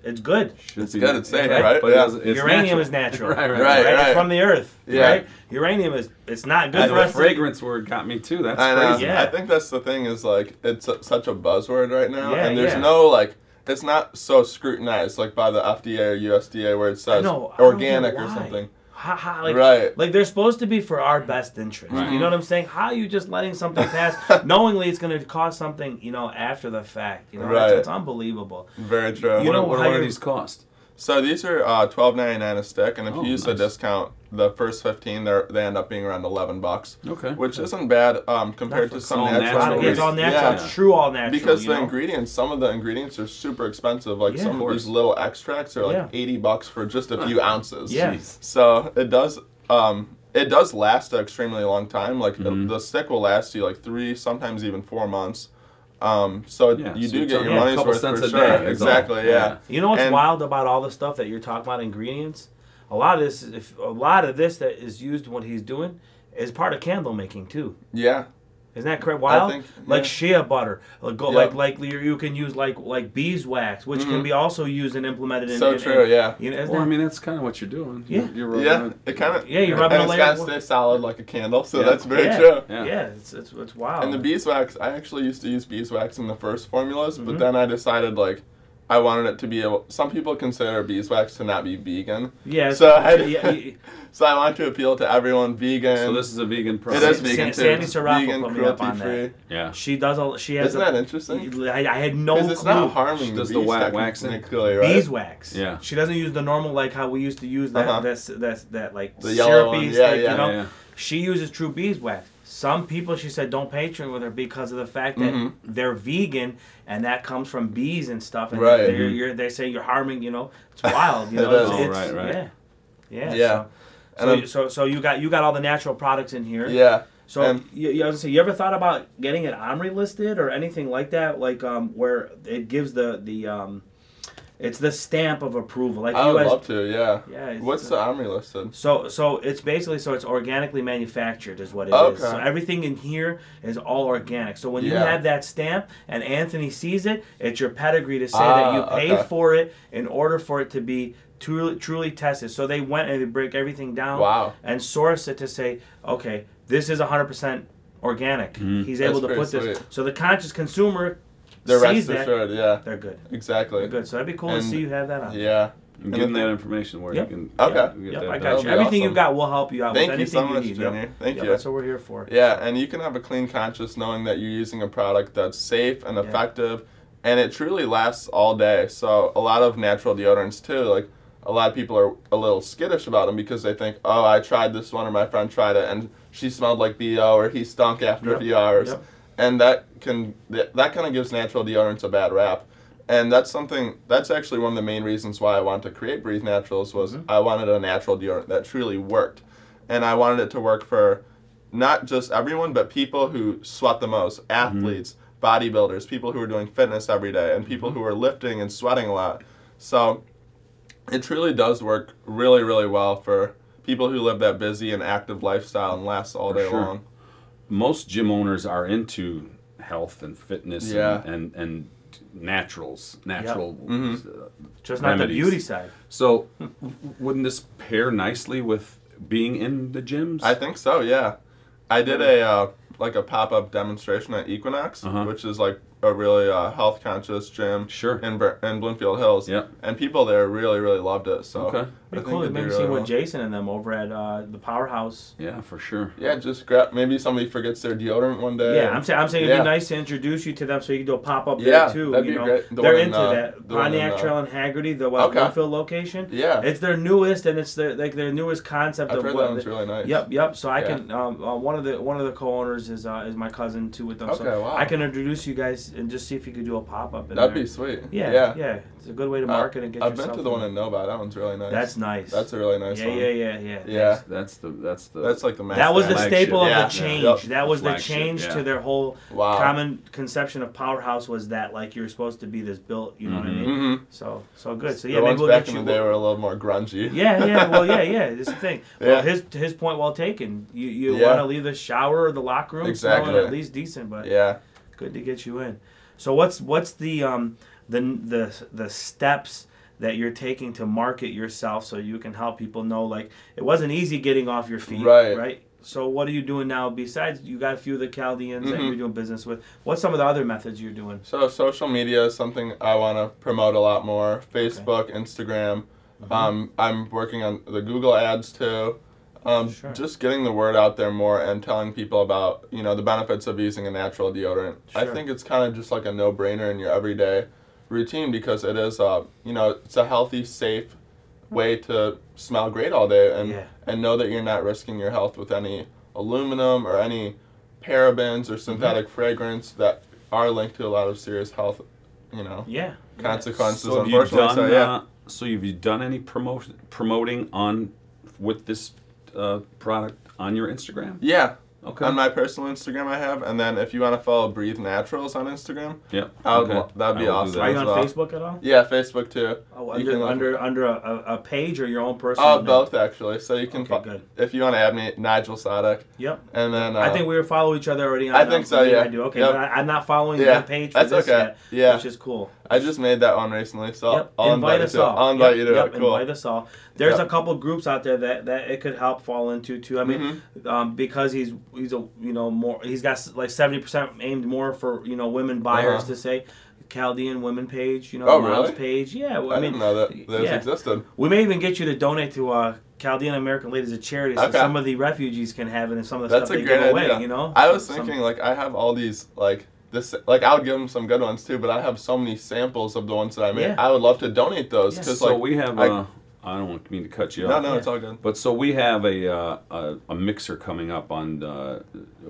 Speaker 2: It's good.
Speaker 1: Should
Speaker 3: it's
Speaker 1: be-
Speaker 3: good it's safe
Speaker 2: Right,
Speaker 3: right
Speaker 1: But it
Speaker 3: yeah.
Speaker 1: doesn't- it's
Speaker 2: Uranium
Speaker 1: natural.
Speaker 2: is natural.
Speaker 1: right, right,
Speaker 3: Right.
Speaker 1: right.
Speaker 2: Right? It's from the earth.
Speaker 3: Yeah.
Speaker 2: Right? Uranium is it's not good
Speaker 1: And
Speaker 2: for
Speaker 1: the
Speaker 2: us.
Speaker 1: fragrance word got me too. That's
Speaker 3: I know.
Speaker 1: crazy.
Speaker 2: Yeah.
Speaker 3: um, I think that's the thing is like it's a, such a buzzword right now,
Speaker 2: Yeah,
Speaker 3: and there's
Speaker 2: yeah.
Speaker 3: no like it's not so scrutinized like by the FDA or USDA where it sa
Speaker 2: I
Speaker 3: says
Speaker 2: know, I don't
Speaker 3: organic
Speaker 2: get
Speaker 3: or
Speaker 2: why.
Speaker 3: something.
Speaker 2: Ha, ha, like,
Speaker 3: Right.
Speaker 2: like they're supposed to be for our best interest.
Speaker 1: Right.
Speaker 2: You know what I'm saying? How are you just letting something pass knowingly it's going to cause something, you know, after the fact? You know, it's,
Speaker 3: Right.
Speaker 2: it's unbelievable.
Speaker 3: Very
Speaker 1: What,
Speaker 3: true.
Speaker 2: You know
Speaker 1: what,
Speaker 2: how
Speaker 1: what are
Speaker 2: you're-
Speaker 1: these cost?
Speaker 3: So these are uh, twelve ninety nine a stick, and if
Speaker 1: Oh,
Speaker 3: you use
Speaker 1: nice.
Speaker 3: the discount, the first fifteen they they end up being around eleven bucks,
Speaker 1: Okay.
Speaker 3: which isn't bad um, compared to
Speaker 2: That's
Speaker 3: some
Speaker 1: all
Speaker 3: natural.
Speaker 1: natural.
Speaker 3: ways.
Speaker 2: It's all natural,
Speaker 1: Yeah.
Speaker 2: true all natural.
Speaker 3: because
Speaker 2: you
Speaker 3: the
Speaker 2: know?
Speaker 3: ingredients, some of the ingredients are super expensive. Like
Speaker 2: Yeah.
Speaker 3: some
Speaker 1: Of
Speaker 3: of
Speaker 1: course.
Speaker 3: these little extracts are like
Speaker 2: Yeah.
Speaker 3: eighty bucks for just a few ounces.
Speaker 2: Yeah.
Speaker 1: Jeez.
Speaker 3: So it does um it does last an extremely long time. Like it-
Speaker 1: Mm-hmm.
Speaker 3: the stick will last you like three, sometimes even four months. Um, so
Speaker 1: Yeah,
Speaker 3: you
Speaker 1: so
Speaker 3: do
Speaker 1: you're
Speaker 3: get
Speaker 1: talking about
Speaker 3: your
Speaker 1: a
Speaker 3: money's
Speaker 1: couple
Speaker 3: worth
Speaker 1: cents
Speaker 3: for
Speaker 1: a
Speaker 3: sure.
Speaker 1: day is all.
Speaker 3: Exactly.
Speaker 1: Yeah.
Speaker 3: Yeah.
Speaker 2: You know what's
Speaker 3: And-
Speaker 2: wild about all the stuff that you're talking about ingredients? A lot of this, if a lot of this that is used in what he's doing, is part of candle making too.
Speaker 3: Yeah.
Speaker 2: Isn't that correct? Wild,
Speaker 3: think-
Speaker 2: like
Speaker 3: yeah.
Speaker 2: shea butter, like go,
Speaker 3: Yep.
Speaker 2: like like you you can use like like beeswax, which can
Speaker 3: Mhm.
Speaker 2: be also used and implemented. in
Speaker 3: So
Speaker 2: in-
Speaker 3: true,
Speaker 2: in-
Speaker 3: yeah.
Speaker 2: You know, isn't
Speaker 1: Well, I
Speaker 2: that-
Speaker 1: mean, that's kind of what you're doing.
Speaker 2: Yeah.
Speaker 1: You're, you're
Speaker 3: Yeah.
Speaker 1: rubbing
Speaker 3: It kind of.
Speaker 2: Yeah, you're rubbing
Speaker 3: And
Speaker 2: a
Speaker 3: it's
Speaker 2: layer
Speaker 3: got to
Speaker 2: of-
Speaker 3: stay solid like a candle, so
Speaker 1: Yeah.
Speaker 3: that's very
Speaker 2: Yeah.
Speaker 3: true.
Speaker 1: Yeah.
Speaker 2: yeah, it's, it's it's wild.
Speaker 3: And the beeswax, I actually used to use beeswax in the first formulas, but then I decided like I wanted it to be able. Some people consider beeswax to not be vegan,
Speaker 2: yeah,
Speaker 3: so I-
Speaker 2: yeah, yeah,
Speaker 3: so I want to appeal to everyone vegan.
Speaker 1: So this is a vegan
Speaker 3: it
Speaker 1: product.
Speaker 3: is
Speaker 2: Sa-
Speaker 3: vegan
Speaker 2: Sa-
Speaker 3: too.
Speaker 2: Sandy
Speaker 3: It's
Speaker 2: Saraf
Speaker 3: vegan,
Speaker 2: will put me up on
Speaker 3: cruelty-free.
Speaker 1: Yeah.
Speaker 2: she does all she has.
Speaker 3: Isn't
Speaker 2: a-
Speaker 3: that interesting?
Speaker 2: I, I had no
Speaker 3: Because it's
Speaker 2: clue.
Speaker 3: not harming.
Speaker 1: She does
Speaker 3: the,
Speaker 1: the
Speaker 3: bees
Speaker 1: wa-
Speaker 3: techni-
Speaker 1: waxing.
Speaker 3: technically, right?
Speaker 2: beeswax.
Speaker 1: Yeah.
Speaker 2: She doesn't use the normal like how we used to use that
Speaker 3: Uh-huh.
Speaker 2: that's that's that like
Speaker 3: The yellow
Speaker 2: syrupy
Speaker 3: one,
Speaker 2: yeah,
Speaker 3: yeah, yeah.
Speaker 2: you know.
Speaker 1: Yeah, yeah.
Speaker 2: She uses true beeswax. Some people she said don't patron with her because of the fact that
Speaker 3: Mhm.
Speaker 2: they're vegan and that comes from bees and stuff and
Speaker 3: Right. Mm-hmm.
Speaker 2: they're, you're, they say you're harming, you know. It's wild, you
Speaker 3: It
Speaker 2: know.
Speaker 3: is.
Speaker 2: it's,
Speaker 1: Oh,
Speaker 2: it's-
Speaker 1: right, right.
Speaker 2: Yeah. Yeah.
Speaker 3: Yeah.
Speaker 2: So, so,
Speaker 3: And
Speaker 2: you- so so you got you got all the natural products in here.
Speaker 3: Yeah.
Speaker 2: So
Speaker 3: And-
Speaker 2: you, you, I was gonna say, you ever thought about getting it Omri listed or anything like that, like um, where it gives the the um, it's the stamp of approval, like
Speaker 3: I
Speaker 2: you
Speaker 3: would
Speaker 2: guys.
Speaker 3: love to. Yeah.
Speaker 2: Yeah. it's- uh,
Speaker 3: What's the Omri listed?
Speaker 2: So so it's basically so it's organically manufactured is what it is.
Speaker 3: Okay.
Speaker 2: So everything in here is all organic. So when you
Speaker 3: Yeah.
Speaker 2: have that stamp and Anthony sees it, it's your pedigree to say
Speaker 3: Ah,
Speaker 2: that you paid
Speaker 3: okay.
Speaker 2: for it in order for it to be truly truly tested. So they went and they break everything down
Speaker 3: Wow.
Speaker 2: and source it to say, okay, this is 100% organic. He's able
Speaker 3: Mm-hmm. That's
Speaker 2: to
Speaker 3: pretty
Speaker 2: put this.
Speaker 3: sweet.
Speaker 2: So the conscious consumer
Speaker 3: The
Speaker 2: sees
Speaker 3: rest
Speaker 2: that.
Speaker 3: assured. Yeah.
Speaker 2: They're good.
Speaker 3: Exactly.
Speaker 2: They're good. So that'd be cool to
Speaker 3: And-
Speaker 2: see you have that on.
Speaker 3: Yeah.
Speaker 1: I'm getting that information where
Speaker 2: Yep.
Speaker 1: you can.
Speaker 3: Okay.
Speaker 1: yeah, you get
Speaker 2: Yep,
Speaker 1: that
Speaker 2: I
Speaker 1: done.
Speaker 2: got
Speaker 3: that'll
Speaker 2: you.
Speaker 3: be
Speaker 2: Everything you
Speaker 3: awesome.
Speaker 2: got, we'll help you out
Speaker 3: Thank
Speaker 2: with
Speaker 3: you
Speaker 2: anything
Speaker 3: so much,
Speaker 2: need. Yep.
Speaker 3: Junior. Thank
Speaker 2: Yeah,
Speaker 3: you.
Speaker 2: that's what we're here for.
Speaker 3: Yeah, and you can have a clean conscience knowing that you're using a product that's safe and
Speaker 2: Yeah.
Speaker 3: effective, and it truly lasts all day. So a lot of natural deodorants too, like a lot of people are a little skittish about them because they think, oh, I tried this one or my friend tried it and she smelled like bo or he stunk after
Speaker 2: Yep.
Speaker 3: a few hours,
Speaker 2: Yep.
Speaker 3: and that can that, that kind of gives natural deodorants a bad rap. And that's something that's actually one of the main reasons why I wanted to create Breathe Naturals was
Speaker 2: Mm-hmm.
Speaker 3: I wanted a natural deodorant that truly worked. And I wanted it to work for not just everyone, but people who sweat the most
Speaker 1: Mm-hmm.
Speaker 3: athletes, bodybuilders, people who are doing fitness every day, and people
Speaker 1: Mm-hmm.
Speaker 3: who are lifting and sweating a lot. So it truly does work really, really well for people who live that busy and active lifestyle and lasts all
Speaker 1: For
Speaker 3: day
Speaker 1: sure.
Speaker 3: long.
Speaker 1: Most gym owners are into health and fitness
Speaker 3: Yeah.
Speaker 1: and, and and naturals, natural.
Speaker 3: Mm-hmm.
Speaker 2: Just not
Speaker 1: remedies.
Speaker 2: the beauty side.
Speaker 1: So, wouldn't this pair nicely with being in the gyms?
Speaker 3: I think so. Yeah, I did a uh, like a pop up demonstration at Equinox,
Speaker 1: Uh-huh.
Speaker 3: which is like a really uh, health conscious gym.
Speaker 1: Sure.
Speaker 3: In Br- in Bloomfield Hills.
Speaker 1: Yep.
Speaker 3: And people there really really loved it. So.
Speaker 1: Okay.
Speaker 3: I
Speaker 2: Pretty
Speaker 3: think
Speaker 2: cool.
Speaker 3: it'd
Speaker 2: Maybe
Speaker 3: be
Speaker 2: see
Speaker 3: really
Speaker 2: what
Speaker 3: well.
Speaker 2: Jason and them over at uh, the powerhouse.
Speaker 1: yeah, for sure.
Speaker 3: Yeah, just grab. Maybe somebody forgets their deodorant one day.
Speaker 2: Yeah, I'm, sa- I'm saying it'd
Speaker 3: yeah.
Speaker 2: be nice to introduce you to them so you can do a pop up
Speaker 3: Yeah,
Speaker 2: there too.
Speaker 3: that'd
Speaker 2: you
Speaker 3: be
Speaker 2: know,
Speaker 3: great. The
Speaker 2: they're
Speaker 3: one in,
Speaker 2: into
Speaker 3: uh,
Speaker 2: that
Speaker 3: the one in,
Speaker 2: Pontiac
Speaker 3: uh,
Speaker 2: Trail and Haggerty, the West
Speaker 3: Okay.
Speaker 2: Winfield location.
Speaker 3: Yeah.
Speaker 2: it's their newest and it's their like their newest concept
Speaker 3: I've
Speaker 2: of
Speaker 3: heard
Speaker 2: what.
Speaker 3: that one's really nice.
Speaker 2: Yep, yep. So I
Speaker 3: Yeah.
Speaker 2: can um, uh, one of the one of the co-owners is uh, is my cousin too with them.
Speaker 3: Okay,
Speaker 2: so
Speaker 3: wow.
Speaker 2: I can introduce you guys and just see if you could do a pop up.
Speaker 3: That'd be sweet.
Speaker 2: yeah, yeah,
Speaker 3: Yeah.
Speaker 2: It's a good way to
Speaker 3: Uh,
Speaker 2: market and get
Speaker 3: I've
Speaker 2: yourself.
Speaker 3: been to the one in Novi. That one's really nice.
Speaker 2: That's nice.
Speaker 3: That's a really nice
Speaker 2: yeah,
Speaker 3: one.
Speaker 2: yeah, yeah, yeah,
Speaker 3: Yeah.
Speaker 1: That's the that's the
Speaker 3: That's like the max.
Speaker 2: That was the
Speaker 1: Flagship.
Speaker 2: staple
Speaker 3: Yeah.
Speaker 2: of the change.
Speaker 3: Yep.
Speaker 2: That was the
Speaker 1: Flagship,
Speaker 2: change
Speaker 1: yeah.
Speaker 2: to their whole
Speaker 3: Wow.
Speaker 2: common conception of powerhouse was that like you're supposed to be this built. You know what I mean?
Speaker 3: Mm-hmm.
Speaker 2: So so good. So yeah,
Speaker 3: the
Speaker 2: maybe
Speaker 3: ones
Speaker 2: we'll
Speaker 3: back
Speaker 2: get
Speaker 3: in
Speaker 2: you.
Speaker 3: the day were a little more grungy.
Speaker 2: yeah, yeah, well, yeah, yeah. This is the thing.
Speaker 3: Yeah.
Speaker 2: Well, his his point well taken. You you
Speaker 3: Yeah.
Speaker 2: want to leave the shower or the locker room smelling
Speaker 3: Exactly.
Speaker 2: at least decent, but
Speaker 3: Yeah.
Speaker 2: good to get you in. So what's what's the um the the the steps that you're taking to market yourself so you can help people know like it wasn't easy getting off your feet,
Speaker 3: Right.
Speaker 2: Right. So what are you doing now besides you got a few of the Chaldeans that
Speaker 3: Mhm.
Speaker 2: you're doing business with? What's some of the other methods you're doing?
Speaker 3: So social media is something I want to promote a lot more. Facebook, Instagram.
Speaker 2: Mm-hmm.
Speaker 3: Um, I'm working on the Google ads too. Um,
Speaker 2: Sure.
Speaker 3: Just getting the word out there more and telling people about you know the benefits of using a natural deodorant. I
Speaker 2: Sure.
Speaker 3: think it's kind of just like a no-brainer in your everyday routine because it is, uh, you know, it's a healthy, safe way to smell great all day and
Speaker 2: Yeah.
Speaker 3: and know that you're not risking your health with any aluminum or any parabens or synthetic
Speaker 2: Mm-hmm.
Speaker 3: fragrance that are linked to a lot of serious health, you know,
Speaker 2: Yeah. yeah.
Speaker 3: consequences.
Speaker 1: So have you done?
Speaker 3: unfortunately, so yeah.
Speaker 1: uh, so have you done any promotion promoting on with this uh, product on your Instagram?
Speaker 3: yeah.
Speaker 1: Okay.
Speaker 3: On my personal Instagram, I have, and then if you want to follow Breathe Naturals on Instagram,
Speaker 1: Yep.
Speaker 3: I would lo- that'd
Speaker 1: I will
Speaker 3: be
Speaker 1: do
Speaker 3: awesome.
Speaker 1: that.
Speaker 2: Are you
Speaker 3: as
Speaker 2: on
Speaker 3: well.
Speaker 2: Facebook at all?
Speaker 3: yeah, Facebook too.
Speaker 2: Oh,
Speaker 3: You
Speaker 2: under
Speaker 3: can look-
Speaker 2: under under a, a, a page or your own personal.
Speaker 3: Uh,
Speaker 2: name?
Speaker 3: both actually. So you can,
Speaker 2: Okay,
Speaker 3: fo-
Speaker 2: good.
Speaker 3: if you want to add me, Nigel Sadek,
Speaker 2: Yep.
Speaker 3: and then uh,
Speaker 2: I think we were follow each other already. On,
Speaker 3: I think so,
Speaker 2: on-
Speaker 3: yeah.
Speaker 2: I do. Okay.
Speaker 3: Yep.
Speaker 2: but I, I'm not following
Speaker 3: Yeah,
Speaker 2: that page. For
Speaker 3: that's
Speaker 2: this
Speaker 3: okay.
Speaker 2: Yet,
Speaker 3: Yeah.
Speaker 2: Which is cool.
Speaker 3: I just made that one recently, so
Speaker 2: Yep.
Speaker 3: I'll
Speaker 2: invite,
Speaker 3: invite,
Speaker 2: us
Speaker 3: you to it.
Speaker 2: all.
Speaker 3: I'll
Speaker 2: Yep,
Speaker 3: invite you to
Speaker 2: yep,
Speaker 3: it. Cool.
Speaker 2: Invite us all. There's
Speaker 3: Yep.
Speaker 2: a couple groups out there that, that it could help fall into too. I mean,
Speaker 3: Mm-hmm.
Speaker 2: um, because he's he's a you know more he's got s- like seventy percent aimed more for you know women buyers
Speaker 3: Uh-huh.
Speaker 2: to say. Chaldean women page, you know,
Speaker 3: Oh,
Speaker 2: moms
Speaker 3: really?
Speaker 2: page. Yeah, well,
Speaker 3: I,
Speaker 2: I, mean,
Speaker 3: didn't know that those
Speaker 2: yeah.
Speaker 3: existed.
Speaker 2: We may even get you to donate to uh, Chaldean American Ladies of Charity, so
Speaker 3: Okay.
Speaker 2: some of the refugees can have it, and some of the
Speaker 3: That's
Speaker 2: stuff
Speaker 3: a
Speaker 2: they
Speaker 3: great
Speaker 2: give away.
Speaker 3: idea.
Speaker 2: You know,
Speaker 3: I was
Speaker 2: Some-
Speaker 3: thinking like I have all these like this like I would give them some good ones too, but I have so many samples of the ones that I made.
Speaker 2: Yeah.
Speaker 3: I would love to donate those
Speaker 2: Yeah.
Speaker 3: because
Speaker 1: so
Speaker 3: like
Speaker 1: we have. I
Speaker 3: I-
Speaker 1: a, I don't want- mean to cut you
Speaker 3: no
Speaker 1: off.
Speaker 3: no
Speaker 2: Yeah.
Speaker 3: it's all good.
Speaker 1: But so we have a uh, a, a mixer coming up on uh,